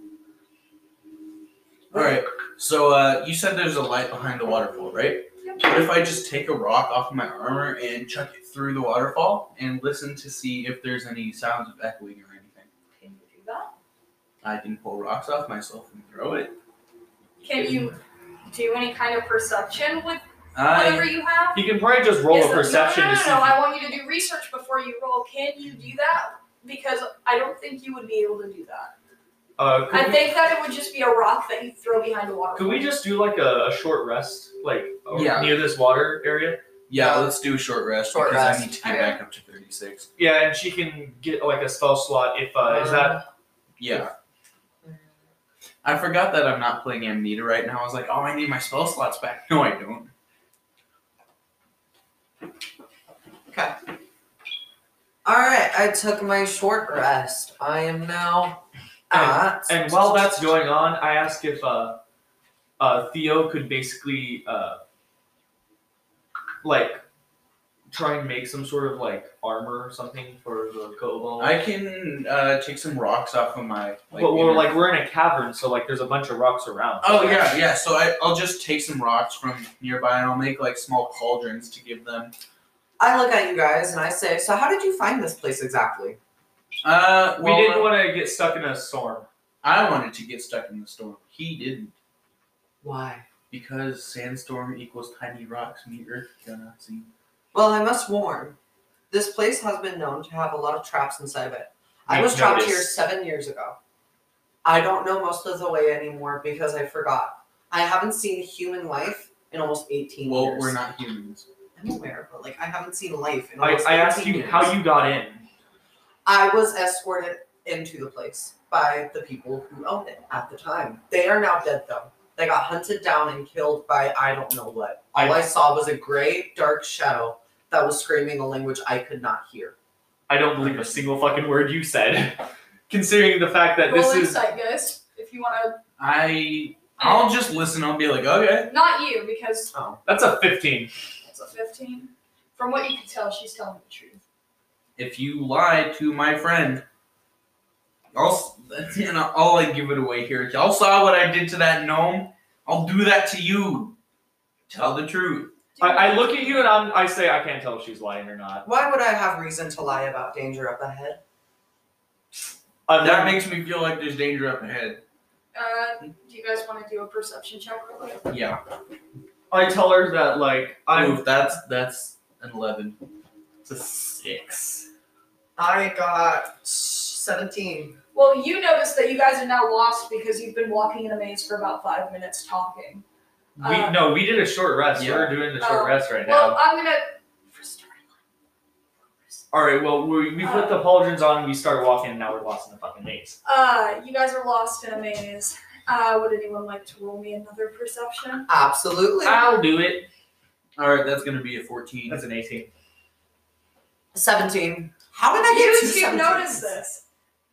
All right. So uh, you said there's a light behind the waterfall, right?
Yep.
What if I just take a rock off my armor and chuck it through the waterfall and listen to see if there's any sounds of echoing or anything?
Can you do that?
I can pull rocks off myself and throw it.
Can you do any kind of perception with whatever
I
you have?
You can probably just roll
Is
a
that-
perception
No, no,
to
no,
see.
no,
if you-
I want you to do research before you roll. Can you do that? Because I don't think you would be able to do that.
uh, could
I
we-
think that it would just be a rock that you throw behind a water.
Could we just do like a, a short rest, like or
Yeah.
near this water area?
yeah. Let's do a short rest
Short
because
rest.
I need to get
Okay.
back up to thirty six.
Yeah, and she can get like a spell slot if uh, is that
Yeah. I forgot that I'm not playing Amnita right now. I was like, oh, I need my spell slots back. No, I don't.
All right, I took my short rest. I am now at.
And while that's going on, I ask if uh, uh, Theo could basically uh, like try and make some sort of like armor or something for the kobold.
I can uh, take some rocks off of my. Like,
but we're
inner-
like we're in a cavern, so like there's a bunch of rocks around.
Oh yeah, yeah. So I, I'll just take some rocks from nearby and I'll make like small cauldrons to give them.
I look at you guys and I say, "So how did you find this place exactly?"
Uh,
We
well,
didn't want to get stuck in a storm.
I wanted to get stuck in the storm. He didn't
Why?
because sandstorm equals tiny rocks meet earth galaxy.
Well, I must warn. This place has been known to have a lot of traps inside of it. I
We've
was trapped
noticed.
here seven years ago. I don't know most of the way anymore because I forgot. I haven't seen human life in almost eighteen
Well,
years.
we're not humans.
I'm aware, but like I haven't seen life in
I,
almost
I
18
asked you
years.
how you got in.
I was escorted into the place by the people who owned it at the time. They are now dead though. They got hunted down and killed by I don't know what. All I, saw was a gray, dark shadow that was screaming a language I could not hear.
I don't believe a single fucking word you said, considering the fact that
roll
this is.
insight, guys. If you want
I I'll just listen. I'll be like, okay.
to, not you, because
That's a 15.
it's a 15. From what you can tell, she's telling the truth.
If you lie to my friend, I'll s- that's- you know I'll like give it away here. Y'all saw what I did to that gnome. I'll do that to you. Tell the truth.
I, I look at you and I'm, I say, I can't tell if she's lying or not.
Why would I have reason to lie about danger up ahead?
Uh,
That
that
makes me feel like there's danger up ahead.
Uh, do you guys want to do a perception check real quick?
Yeah.
I tell her that, like, I'm.
Oof, that's that's an eleven. It's a six.
I got seventeen.
Well, you notice that you guys are now lost because you've been walking in a maze for about five minutes talking.
we,
Uh,
no, we did a short rest.
Yeah.
We're doing the short
Oh,
rest right
Well,
now.
I'm gonna. For storyline.
All right, well, we, we put the pauldrons on, we start walking, and now we're lost in the fucking maze.
Uh, you guys are lost in a maze. Uh, would anyone like to roll me another perception?
Ah.
Absolutely.
I'll do it.
All right, that's gonna be a fourteen.
That's an 18.
Seventeen. How did I
you
get two
two
17s?
notice this.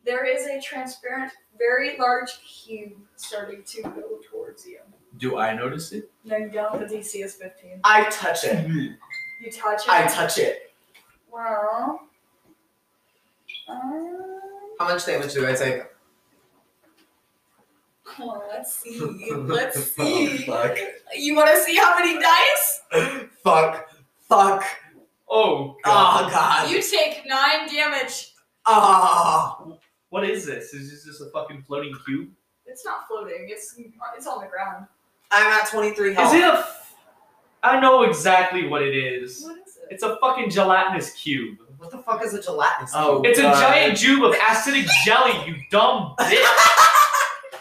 There is a transparent, very large cube starting to go towards you.
Do I notice it?
No, you don't. The DC is 15.
I touch it.
You touch it.
I touch it.
well. Um,
How much damage do I take?
hold on, let's see. Let's see.
fuck.
You want to see how many dice?
Fuck. Fuck.
Oh
Oh god.
You take nine damage.
Oh.
What is this? Is this just a fucking floating cube?
It's not floating. It's it's on the ground.
I'm at 23 health.
Is it a? F- I know exactly what it is.
What is it?
It's a fucking gelatinous cube.
What the fuck is a gelatinous?
Oh,
It's a
God.
giant cube of acidic jelly. You dumb bitch.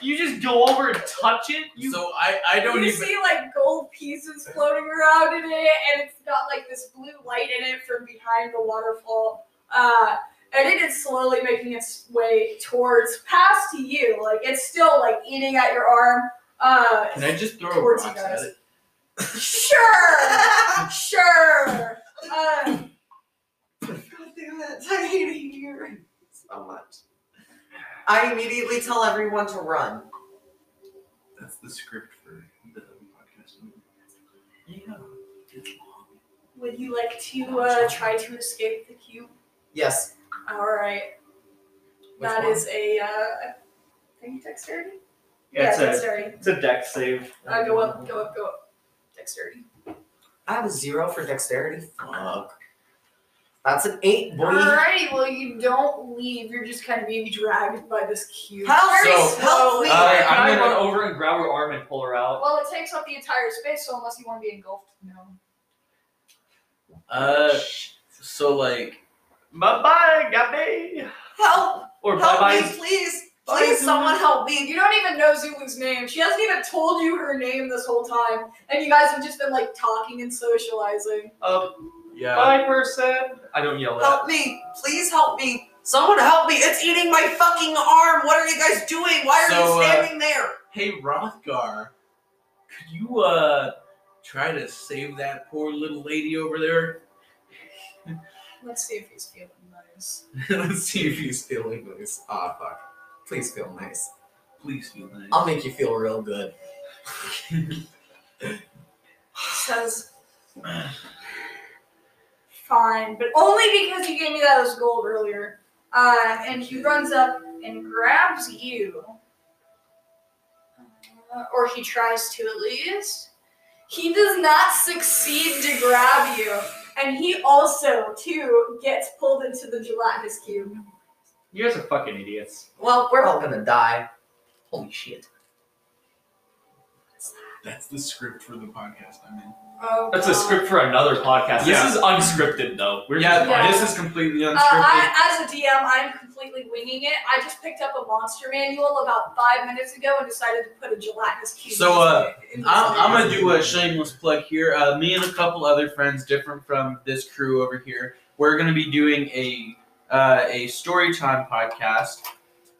You just go over and touch it. You.
so I, I don't
you
even.
see like gold pieces floating around in it, and it's got like this blue light in it from behind the waterfall. Uh, and it is slowly making its way towards past you. Like it's still like eating at your arm. Uh,
Can I just throw a
Towards
rock
you
at
guys.
it?
sure, sure. Uh,
God damn it. I hate hearing so much. I immediately tell everyone to run.
That's the script for the podcast. Yeah. It's long.
would you like to uh, try to escape the cube?
Yes.
All right,
Which
that
one?
is a uh, I think dexterity. dexterity.
it's a deck save.
Uh, go up, go up, go up. Dexterity.
I have a zero for dexterity. Fuck. That's an eight, boy.
Alrighty, well you don't leave. You're just kind of being dragged by this cube.
Help!
Very
So-
slowly.
All right,
Can
I'm
I
gonna-
run over and grab her arm and pull her out?
well, it takes up the entire space, so unless you want to be engulfed, no.
Uh, so like,
Bye bye, got me.
Help!
Or bye
Help me,
bye.
please!
Bye,
Please,
Zulu.
someone help me!
You don't even know Zulu's name. She hasn't even told you her name this whole time, and you guys have just been like talking and socializing.
Um,
yeah.
bye person. I don't yell that.
Help me! Please help me! Someone help me! It's eating my fucking arm! What are you guys doing? Why are
So,
you
uh,
standing there?
Hey Rothgar, could you uh try to save that poor little lady over there?
Let's see if he's feeling nice.
Let's see if he's feeling nice. Ah, fuck. Please feel nice.
Please feel nice.
I'll make you feel real good. Says,
Fine, but only because you gave me that as gold earlier. Uh, and he runs up and grabs you. Uh, or he tries to at least. He does not succeed to grab you. And he also, too, gets pulled into the gelatinous cube.
You guys are fucking idiots.
well, we're all gonna die. Holy shit.
That's the script for the podcast I'm in.
Oh,
That's a script for another podcast.
Yeah.
This is unscripted though. We're
yeah,
just
Yeah.
this is completely
Uh,
unscripted.
I, as a DM, I'm completely winging it. I just picked up a monster manual about five minutes ago and decided to put a gelatinous cube.
So, uh,
in this-
I'm, I'm gonna do a shameless plug here. Uh, me and a couple other friends, different from this crew over here, we're gonna be doing a uh, a story time podcast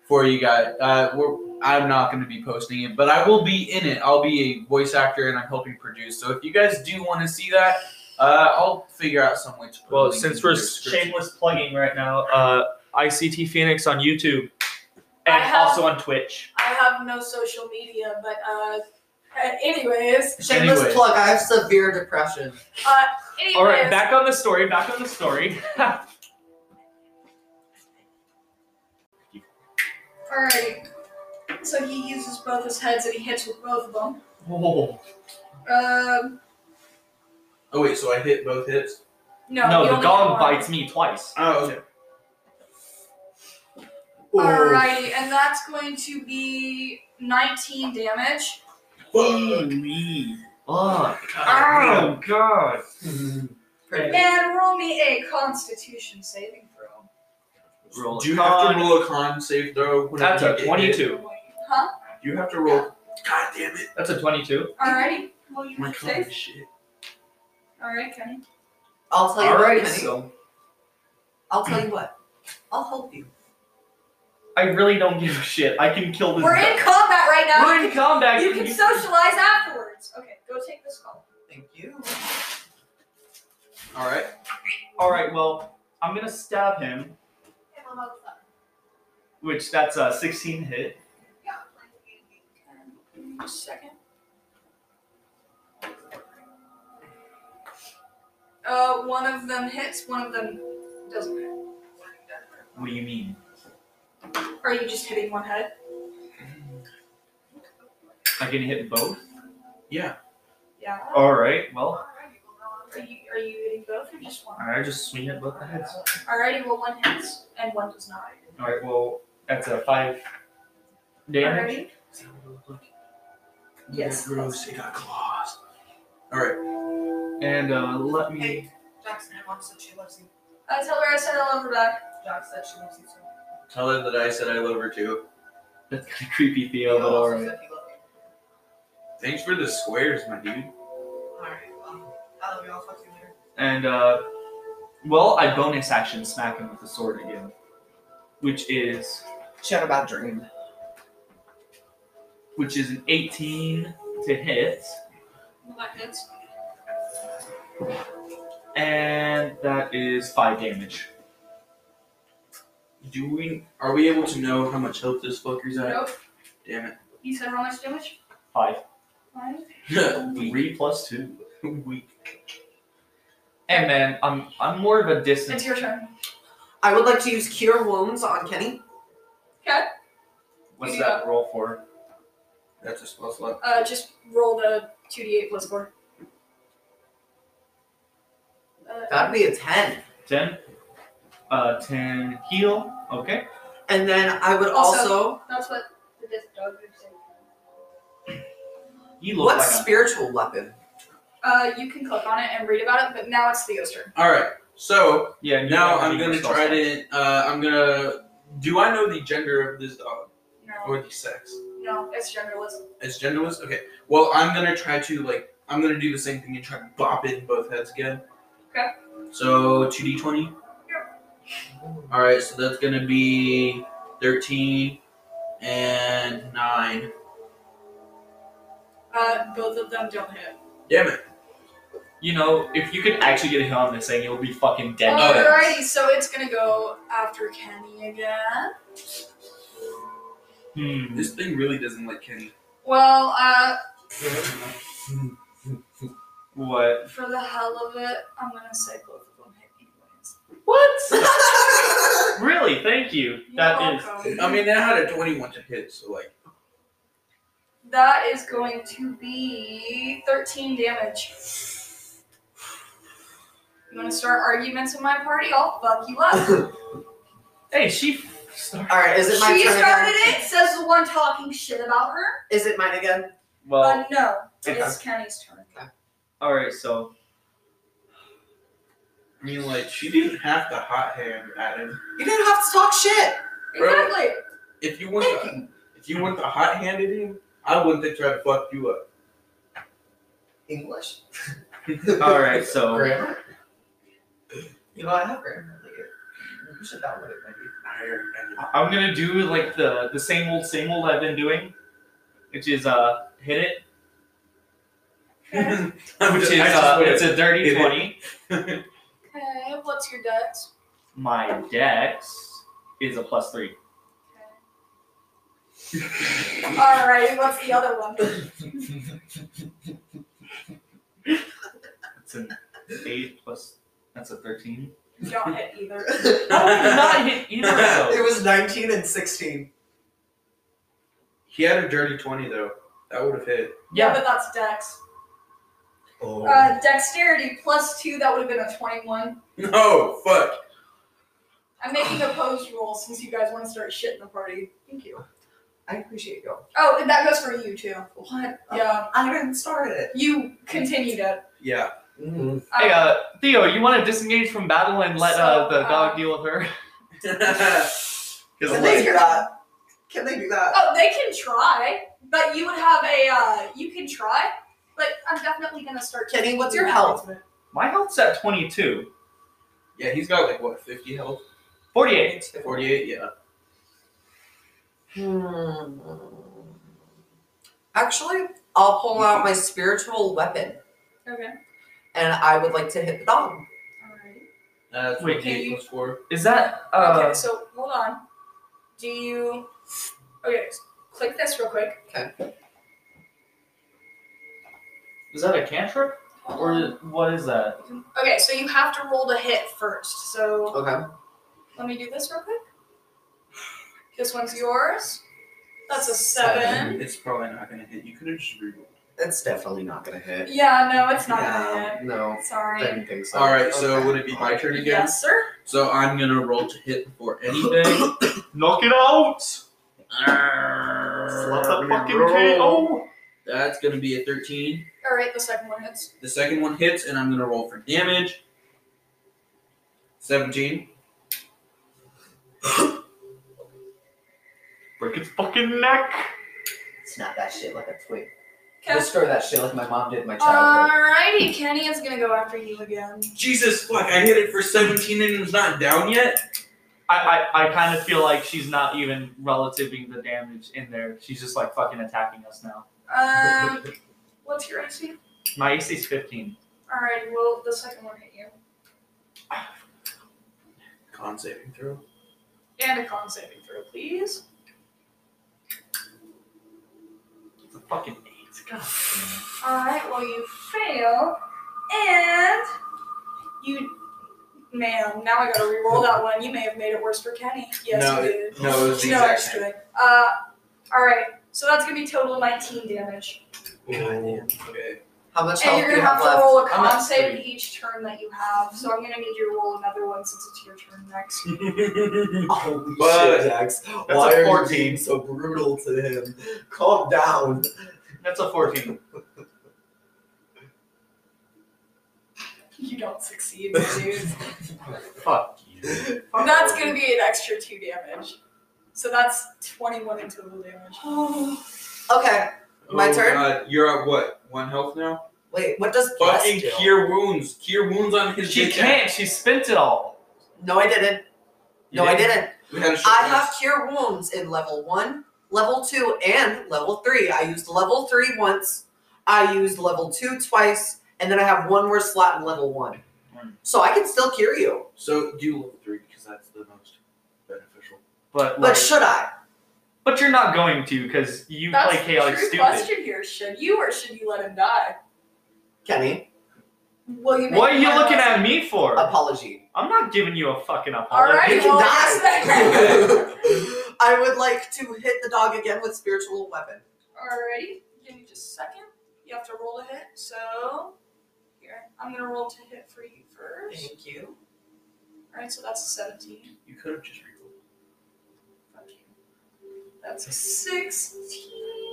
for you guys. Uh, we're, I'm not gonna be posting it, but I will be in it. I'll be a voice actor and I'm helping produce. So if you guys do want to see that, uh, I'll figure out some way to. put a
Well,
link
since
in
we're
the description.
shameless plugging right now, uh, ICT Phoenix on YouTube
I
and
have-
also on Twitch.
I have no social media, but uh, uh, anyways,
Shameless
Anyway.
plug, I have severe depression.
anyways.
All right, back on the story. Back on the story.
All right. So he uses both his heads and he hits with both of them.
oh,
Um,
Oh wait, so I hit both hits.
no,
no,
you
the
only
dog
hit one.
bites me twice.
Oh, okay.
Alrighty, and that's going to be 19 damage.
Holy.
Oh,
Ah.
God.
And roll me a Constitution saving throw.
Roll
Do you have
con.
to roll a con save throw? whenever
That's
you
a
get hit?
twenty-two.
Huh?
You have to roll. God damn it.
That's a twenty-two.
Alrighty. Well, you
My
can
god,
save.
shit.
Alright, Kenny.
I'll tell you what,
Alright,
Kenny.
so
I'll tell you what. I'll help you.
I really don't give a shit. I can kill this.
We're in combat right now.
We're in combat.
you can socialize afterwards. Okay, go take this call.
Thank you.
All right.
All right. Well, I'm gonna stab him, which that's a 16 hit.
Second. Uh, one of them hits, one of them doesn't hit.
What do you mean?
Are you just hitting one head?
I can hit both.
Yeah.
All right. Well,
Are you, are you hitting both or just one?
I just swing at both the heads.
Alrighty, well, one hits and one does not.
All right. Well, that's a five damage.
Alrighty.
Yes.
Gross. It got claws.
And uh, let me.
Hey, Jackson, your mom said she loves you.
Uh, tell her I said I love her back.
Jack said she loves you too.
Tell her that I said I love her too.
That's kind of creepy, Theo.
He
But
also
all right.
said he loved you.
Thanks for the squares, my dude.
Alright, well, I love you. I'll talk to you later.
And uh, well, I bonus action smack him with the sword again, which is
Chat about dream.
which is an 18 to hit,
Well, that hits.
and that is five damage.
Do we? Are we able to know how much health this fucker's at?
Nope.
Damn it.
You said how much damage?
Five.
Five.
Weak.
Three plus two.
Weak.
And then I'm I'm more of a
It's
distance.
your turn.
I would like to use cure wounds on Kenny.
What's that roll for?
That's a spell slot.
Uh, just roll the two d eight plus four. Uh,
That'd be a ten.
Ten. Uh, ten heal. Okay.
And then I would
Also-
also.
that's what the disc dog would say.
You look
What's
like
spiritual weapon?
Uh, you can click on it and read about it, but now it's Theo's turn.
All right. So
a, yeah. you
now
don't have
I'm
any
gonna
spell
try
slot.
to. Uh, I'm gonna. Do I know the gender of this dog
No,
or the sex?
no, it's genderless.
It's genderless. Okay. Well, I'm gonna try to like. I'm gonna do the same thing and try to bop it in both heads again.
Okay.
So two d twenty. All right. So that's gonna be thirteen and nine.
Uh, both of them don't hit.
Damn it.
You know, if you could actually get a hit on this thing, you'll be fucking dead.
Oh, yeah.
Alrighty, so it's gonna go after Kenny again.
Hmm.
This thing really doesn't like Kenny.
Well, uh,
What?
for the hell of it, I'm gonna say both of them hit anyways.
What? really? Thank you. That
You're
is.
welcome.
I mean, it had a twenty-one to hit, so like
That is going to be 13 damage. You want to start arguments in my party? I'll fuck you up.
Hey, she. Sorry.
All right, is it my
she
turn
started
again?
it, says the one talking shit about her.
Is it mine again?
Well,
uh, no, it's
okay.
Kenny's turn.
all right. So
I mean, like she didn't have to hot hand at him.
You didn't have to talk shit.
Bro.
Exactly.
If you want, the, if you want the hot handed him, I wouldn't have tried to fuck you up.
English.
all right. So
Grammar. You know I have grammar. Like it. You should download it maybe.
I'm gonna do like the the same old same old I've been doing, which is uh hit it,
Okay.
which is uh, it's a dirty
hit it.
twenty.
okay, what's your dex?
My dex is a plus three.
Okay. Alrighty, what's the other one?
It's an eight plus. That's a thirteen.
Don't hit either.
How did you not hit either of those?
It was 19 and 16.
he had a dirty twenty though. That would have hit.
Yeah,
Yeah.
but that's dex.
Oh.
Uh, dexterity plus two, that would have been a 21.
No fuck.
I'm making a post roll since you guys want to start shitting the party. Thank you.
I appreciate you.
Oh, and that goes for you too.
Oh.
What? Yeah.
I didn't start it.
You continued it. Um,
Yeah.
Mm.
Hey, uh, Theo, you want to disengage from battle and let uh,
So,
the dog
uh,
deal with her? Because
Can
like-
they do that? Can they do
uh,
that?
oh, they can try, but you would have a. Uh, you can try, but I'm definitely gonna start.
Kenny, what's your
Yeah.
health?
my health's at twenty-two.
yeah, he's got like what fifty health,
48.
forty eight. Yeah.
Hmm. Actually, I'll pull out my spiritual weapon
Okay.
and I would like to hit the dog.
Alright.
That's
Wait,
what
can
D8
you-
plus four.
Is that uh?
okay, so hold on. Do you? Okay, s- click this real quick.
Is that a cantrip or is- what is that?
Okay, so you have to roll to hit first. So
Okay.
let me do this real quick. This one's yours. That's a seven.
It's probably not gonna hit. You could have just rerolled.
It's definitely not gonna hit.
Yeah, no, it's not gonna
Yeah,
hit.
no,
Sorry.
didn't think so.
All right, so
Okay.
would it be my turn again?
Yes, sir.
So I'm gonna roll to hit before anything.
Knock it out! Slap that fucking KO!
That's gonna be a 13.
All right, the second one hits.
The second one hits, and I'm gonna roll for damage. 17.
Break its fucking neck!
Snap that shit like a twig. Uh,
Okay.
Destroy that shit like my mom did in my childhood.
Alrighty, Kenny is gonna go after you again.
Jesus fuck! I hit it for 17 and it's not down yet.
I, I, I kind of feel like she's not even relativing the damage in there. She's just like fucking attacking us now.
Um, what's your AC?
My AC's 15.
Alright, well, the second one hit you.
Con saving throw.
And a con saving throw, please.
It's a fucking 8. God damn it.
Alright, well, you fail. And. You. Man, now I gotta re-roll that one. You may have made it worse for Kenny. Yes,
No,
you did.
No, it was the
No,
exact
I'm just
same.
kidding. Uh, alright, so that's gonna be total 19 damage.
Okay.
How
and
much health
you're
do you
gonna
have
have
left?
to roll a
I'm
con
at
save
three.
each turn that you have, so I'm gonna need you to roll another one since it's your turn next.
Holy
But-
shit, Jax.
a
Why are you
14.
being so brutal to him? Calm down.
That's a 14.
You don't succeed, dude.
Fuck you.
that's gonna be an extra two damage. So that's 21 in total damage.
Okay. My
Oh,
turn?
God. You're at what? One health now?
Wait, what does plus
Fucking
do?
cure wounds. Cure wounds on his
She
bitch
can't.
ass.
She spent it all.
No, I didn't.
You
No, I didn't.
We had a short
I have
rest.
cure wounds in level one, level two, and level three. I used level three once. I used level two twice, and then I have one more slot in level one.
Mm.
So I can still cure you,
So do level three because that's the most beneficial.
But
but
like,
should I?
but you're not going to because you
that's
play chaotic
the true
stupid.
question here. Should you or should you let him die?
Kenny,
Well, you
What are you looking at me for?
apology.
I'm not giving you a fucking apology.
Alright,
You
well,
can die.
yes.
I would like to hit the dog again with spiritual weapon.
Alrighty, give me just a second. You have to roll to hit, so. Here, I'm gonna roll to hit for you first.
Thank you.
Alright, so that's a 17.
You could have just rerolled.
Fuck you. That's a 16.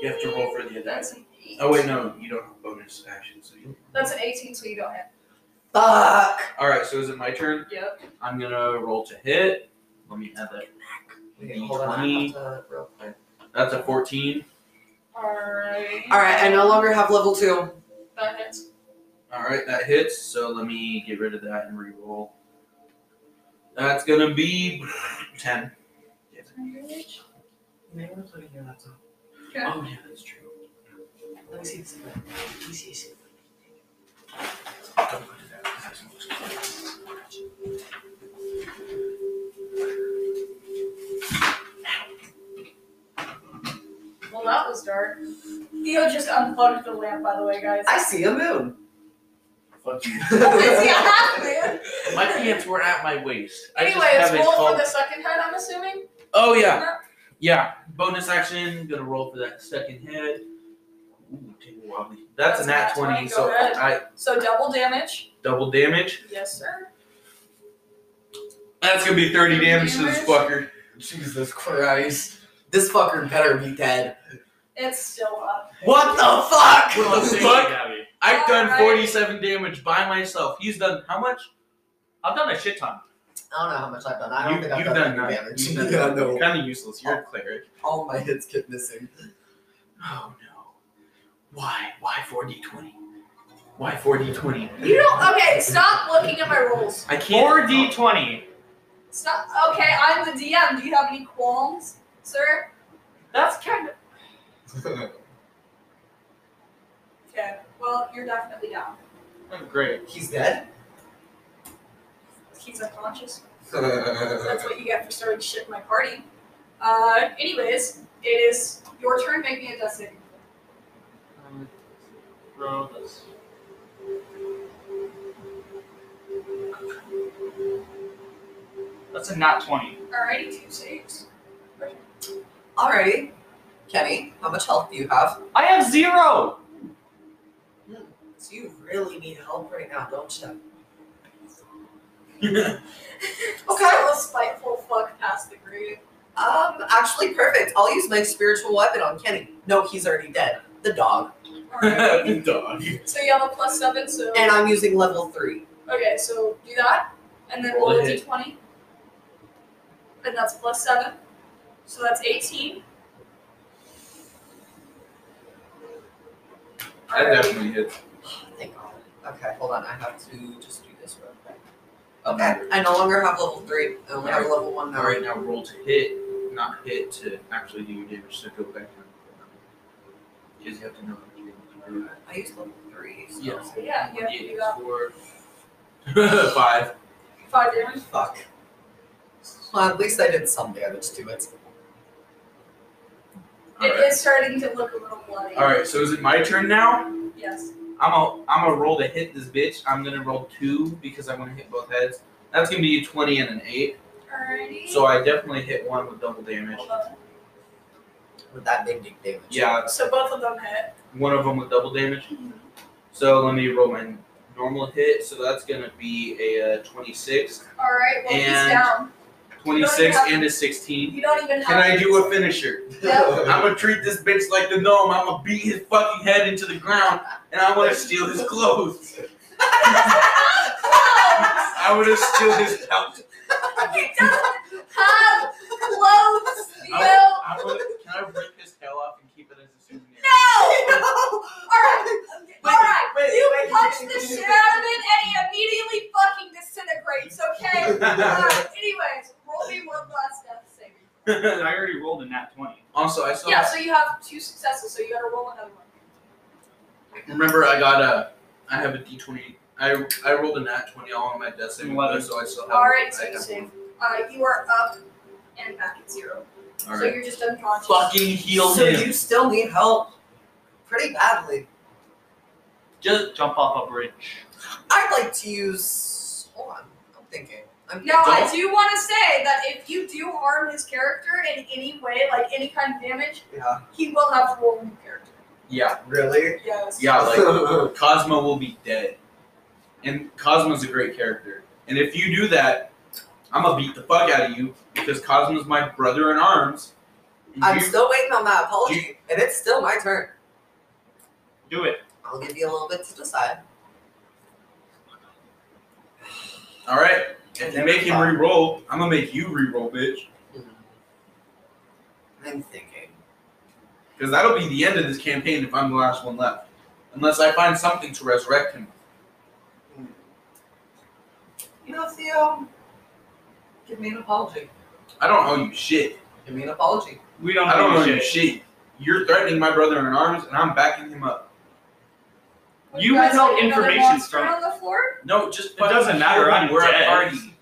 You have to roll for the attack.
That's an 8.
Oh wait, no, you don't have bonus action, so you.
That's an 18, so you don't hit.
Fuck.
All right, so is it my turn?
Yep.
I'm gonna roll to hit. Let me add that.
Okay, hold on. I have to, real quick.
That's a 14.
Alright.
All right, I no longer have level two.
That hits.
All right, that hits. So let me get rid of that and reroll. That's gonna be 10.
Maybe I'm putting your laptop.
Yeah.
Oh yeah, that's true. Let me see this. Let me see this.
Well, that was dark. Theo just unplugged the lamp, by the way, guys.
I see a moon.
Fuck you.
It's the half, man.
My pants were at my waist. I just
Anyways,
have it
roll for
all-
the second head, I'm assuming.
Oh yeah, yeah. Bonus action. Gonna roll for that second head. Ooh, tingle wobbly. That's,
That's
an at
a nat 20,
20,
go
so
ahead.
I
So double damage.
double damage.
Yes, sir.
That's gonna be 30 damage to this fucker.
Jesus Christ. This fucker better be dead.
It's still up.
What the fuck?
What the
Thank you,
fuck?
Gabby.
I've done
Alright.
47 damage by myself. He's done how much?
I've done a shit ton.
I don't know how much I've done. I don't
you,
think I've
have
done,
done none.
any damage.
You've done
Yeah,
none.
no.
You're kind of useless. You're a cleric.
All my hits kept missing.
Oh no. Why? Why 4d20? Why 4d20?
You don't. Okay, stop looking at my rolls.
I can't.
4d20.
Stop. Okay, I'm the DM. Do you have any qualms, sir?
That's kind of.
Okay, well, you're definitely down.
I'm great.
He's dead?
he's unconscious.
That's
That's what you get for starting shit in my party. Uh, anyways, it is your turn. Make me a death saving.
Bro, that's- That's a not 20.
Alrighty, two saves.
Alrighty. Kenny, how much health do you have?
I have zero!
So you really need help right now, don't you?
Okay. Still a spiteful fuck past the grave.
Um, actually, perfect. I'll use my spiritual weapon on Kenny. No, he's already dead. The dog.
Alrighty.
The dog.
so you have a plus seven. So
And I'm using level three.
okay, so do that, and then
Roll
roll a
a hit.
d20, and that's plus seven. So that's 18.
That
Alrighty.
definitely hits.
Thank God. Okay, hold on. I have to just do this real quick. Okay. I no longer have level three. I only have level one now.
All right, now roll to hit, not hit to actually do your damage. So go back down. Because you have to know. what you're gonna do.
I used level three. So.
Yes.
So yeah, you have to do that.
Four. Five.
Five damage.
Fuck. Well, at least I did some damage to it.
It
All
is
right.
starting to look a little bloody.
All right. So is it my turn now?
Yes.
I'm a I'm a roll to hit this bitch. I'm gonna roll two because I want to hit both heads. That's gonna be a twenty and an eight.
Alrighty.
So I definitely hit one with double damage.
Hold on.
With that big, big damage.
Yeah,
So both of them hit.
one of them with double damage. So let me roll my normal hit. So that's gonna be a uh, 26,
Alright, well
And-
he's down.
26
have-
and a sixteen.
You don't even have
Can I do a finisher? I'm gonna treat this bitch like the gnome. I'm gonna beat his fucking head into the ground, and I want to steal his clothes. I want to steal his pouch.
He doesn't have clothes, Theo.
I would, I would, can I rip his tail off and keep it as a souvenir?
No! Alright, alright.
Wait,
You
wait,
punch
wait,
the
wait,
shit
wait.
out of it and he immediately fucking disintegrates, okay? Alright, anyways, roll me one last death saving.
I already rolled a nat 20.
also, I saw.
Yeah, so you have two successes, so you gotta roll another one.
Remember, I got a. I have a D twenty. I I rolled a nat twenty all on my death saving throw,
Eleven.
so I still have.
Alright,
I
so you
have
save.
one.
Uh, you are up and back at zero.
All
So
right.
you're just unconscious.
Fucking heal
so
him.
you still need help pretty badly.
Just
Jump off a bridge.
I'd like to use. Hold on, I'm thinking. I'm
Now I
Don't-
do want to say that if you do harm his character in any way, like any kind of damage,
Yeah.
he will have to roll a new character.
yeah,
Really?
Yes.
yeah. Like Cosmo will be dead, and Cosmo's a great character. And if you do that, I'm gonna beat the fuck out of you because Cosmo's my brother in arms. And
I'm
you-
still waiting on that apology, and it's still my turn.
Do it.
I'll give you a little bit to decide.
All right. If you make him re-roll, I'm gonna make you re-roll, bitch.
I'm thinking.
Because that'll be the end of this campaign if I'm the last one left. Unless I find something to resurrect him.
You know, Theo, give me an apology.
I don't owe you shit.
Give me an apology.
We don't
I don't
do
owe you
shit.
shit. You're threatening my brother in arms, and I'm backing him up.
Would
You
guys
withheld
like another
information
monster
from-
on the floor.
No, just
It doesn't
fucking
matter,
kill him.
I'm
We're
dead.
a party.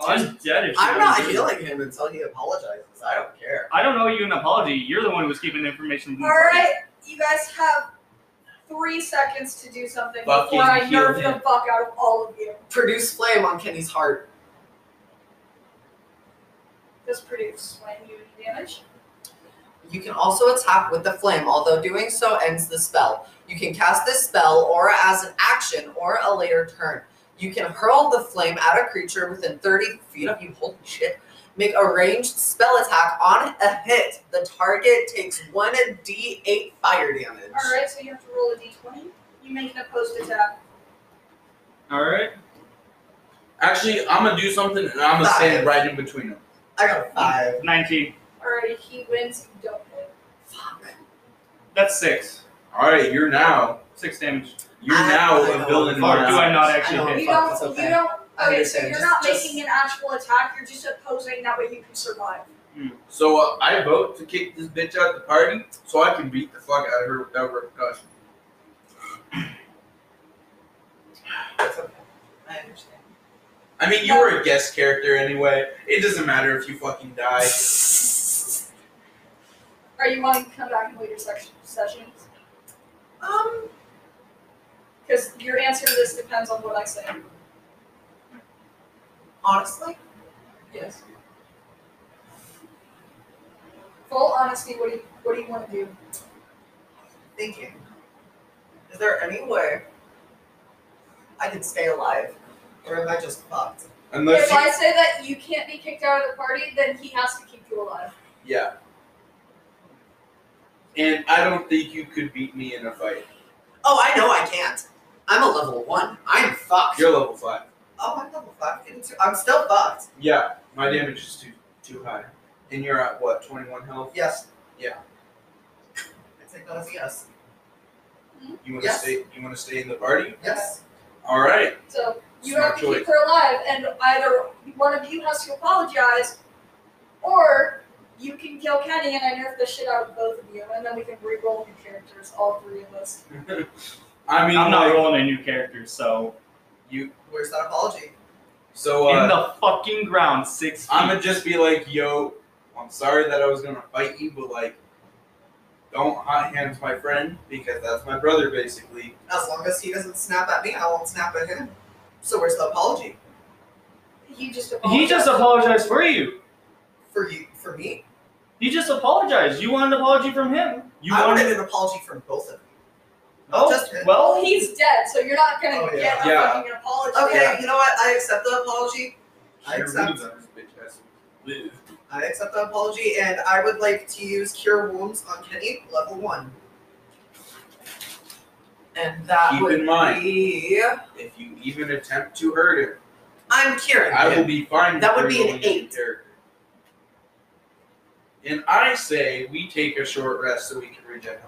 Oh, I'm dead if she
I'm not
doesn't do it.
healing him until he apologizes. I don't care.
I don't owe you an apology. You're the one who was keeping the information. from the
All right, you guys have three seconds to do something
Fucking
before I
heal
nerf
him.
the fuck out of all of you.
Produce flame on Kenny's heart.
This produces when you do damage.
You can also attack with the flame, although doing so ends the spell. You can cast this spell or as an action or a later turn. You can hurl the flame at a creature within 30 feet of you. Holy shit. Make a ranged spell attack on a hit. The target takes 1d8 fire damage.
All right, so you have to roll a d20. You make an opposed attack.
All right.
Actually, I'm gonna do something, and I'm gonna stand right in between them.
I got a 5.
19.
All right, he wins. You don't win.
Fuck.
That's six.
All right, you're now.
Six damage.
You're
I-
now
I know.
a villain. in
Or
my
do I
eyes.
not
I
actually
know.
hit?
you
fuck,
don't.
it's okay.
You don't.
I
Okay, so
understand.
you're
Just-
not
just-
making an actual attack. You're just opposing. That way you can survive.
So uh, I vote to kick this bitch out the party, so I can beat the fuck out of her without repercussion.
That's okay. I understand.
I mean, you were a guest character anyway. It doesn't matter if you fucking die.
Are you wanting to come back in later section, sessions?
Um,
Because your answer to this depends on what I say.
honestly,
Yes. Full honesty. What do you What do you want to do?
thinking. Is there any way I can stay alive? Or am I just fucked?
Unless
if
you,
I say that you can't be kicked out of the party, then he has to keep you alive.
yeah. And I don't think you could beat me in a fight.
Oh, I know I can't. I'm a level one. I'm fucked.
You're level five.
oh, I'm level five. getting two- I'm still fucked.
Yeah, my damage is too too high, and you're at what twenty one health.
Yes.
Yeah.
I'd say that as a yes.
You want to
Yes.
stay? You want to stay in the party?
Yes.
All right.
So you
Smart
have to
choice.
keep her alive, and either one of you has to apologize, or you can kill Kenny and I nerf the shit out of both of you, and then we can re-roll your characters, all three of us.
I mean,
I'm not
like,
rolling a new character, so
you.
Where's that apology?
So uh,
in the fucking ground, six. Feet.
I'm gonna just be like, yo, I'm sorry that I was gonna fight you, but like, don't hot hands my friend because that's my brother basically.
As long as he doesn't snap at me, I won't snap at him. So where's the apology?
He just
He
apologized.
just apologized for you.
For you for me?
He just apologized. You want an apology from him. You
I
wanted.
wanted an apology from both of you. not
Oh
just him.
Well,
well.
he's dead, so you're not gonna
Oh, yeah.
get a
Yeah.
fucking apology.
Okay,
Yeah.
you know what? I accept the apology. I
Sure,
accept.
we love this bitch ass.
I accept the apology, and I would like to use Cure Wounds on Kenny, level one. And that
Keep
would
in mind-
be.
If you even attempt to hurt him,
I'm curing
I will
him.
be fine.
That
with
would be an
rolling your
eight.
character. And I say we take a short rest so we can regen him.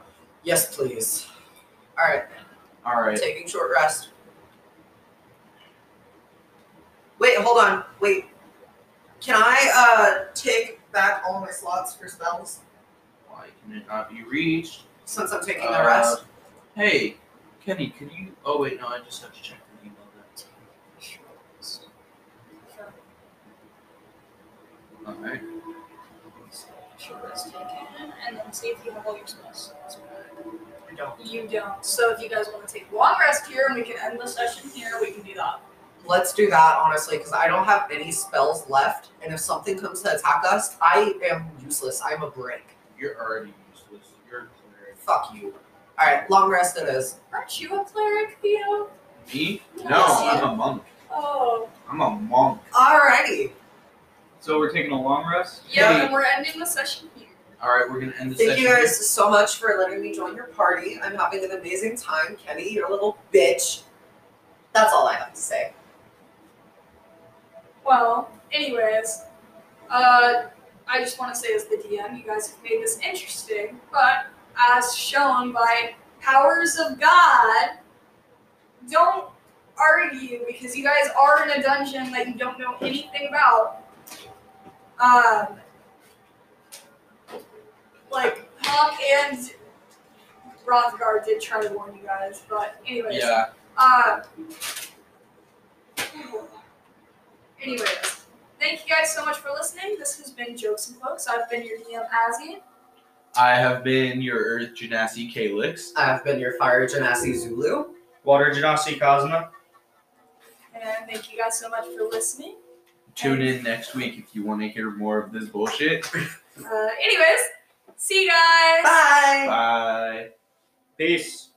Yes, please. All right,
All right.
taking short rest. Wait, hold on. Wait. Can I uh take back all my slots for spells
Why can it not be reached?
since I'm taking
Uh,
the rest?
Hey, Kenny, could you? Oh wait, no, I just have to check the email. That. All right.
Short rest taken, and then see if you have all your spells.
Uh,
I don't.
You don't. So if you guys want to take long rest here and we can end the session here, we can do that.
Let's do that honestly, because I don't have any spells left, and if something comes to attack us, I am useless. I'm a break.
You're already useless. You're a cleric.
Fuck you. All right, long rest it is.
Aren't you a cleric, Theo?
Me? No,
Yes,
I'm a monk.
Oh.
I'm a monk.
Alrighty.
So we're taking a long rest.
Yeah,
Hey.
and we're ending the session here.
All right, we're gonna end the
Thank
session.
you guys so much for letting me join your party. I'm having an amazing time, Kenny. You're a little bitch. That's all I have to say.
Well, anyways, uh, I just want to say as the DM, you guys have made this interesting, but as shown by powers of God, don't argue because you guys are in a dungeon that you don't know anything about. Um, like Hawk and Rothgar did try to warn you guys, but anyways.
Yeah.
Uh, anyways, thank you guys so much for listening. This has been Jokes and Folks. I've been your DM, Azzy.
I have been your Earth Genasi Calyx.
I've been your fire genasi Zulu.
Water Genasi Cosma.
And thank you guys so much for listening.
Tune in next week if you want to hear more of this bullshit.
Uh, anyways, see you guys.
Bye.
Bye.
Peace.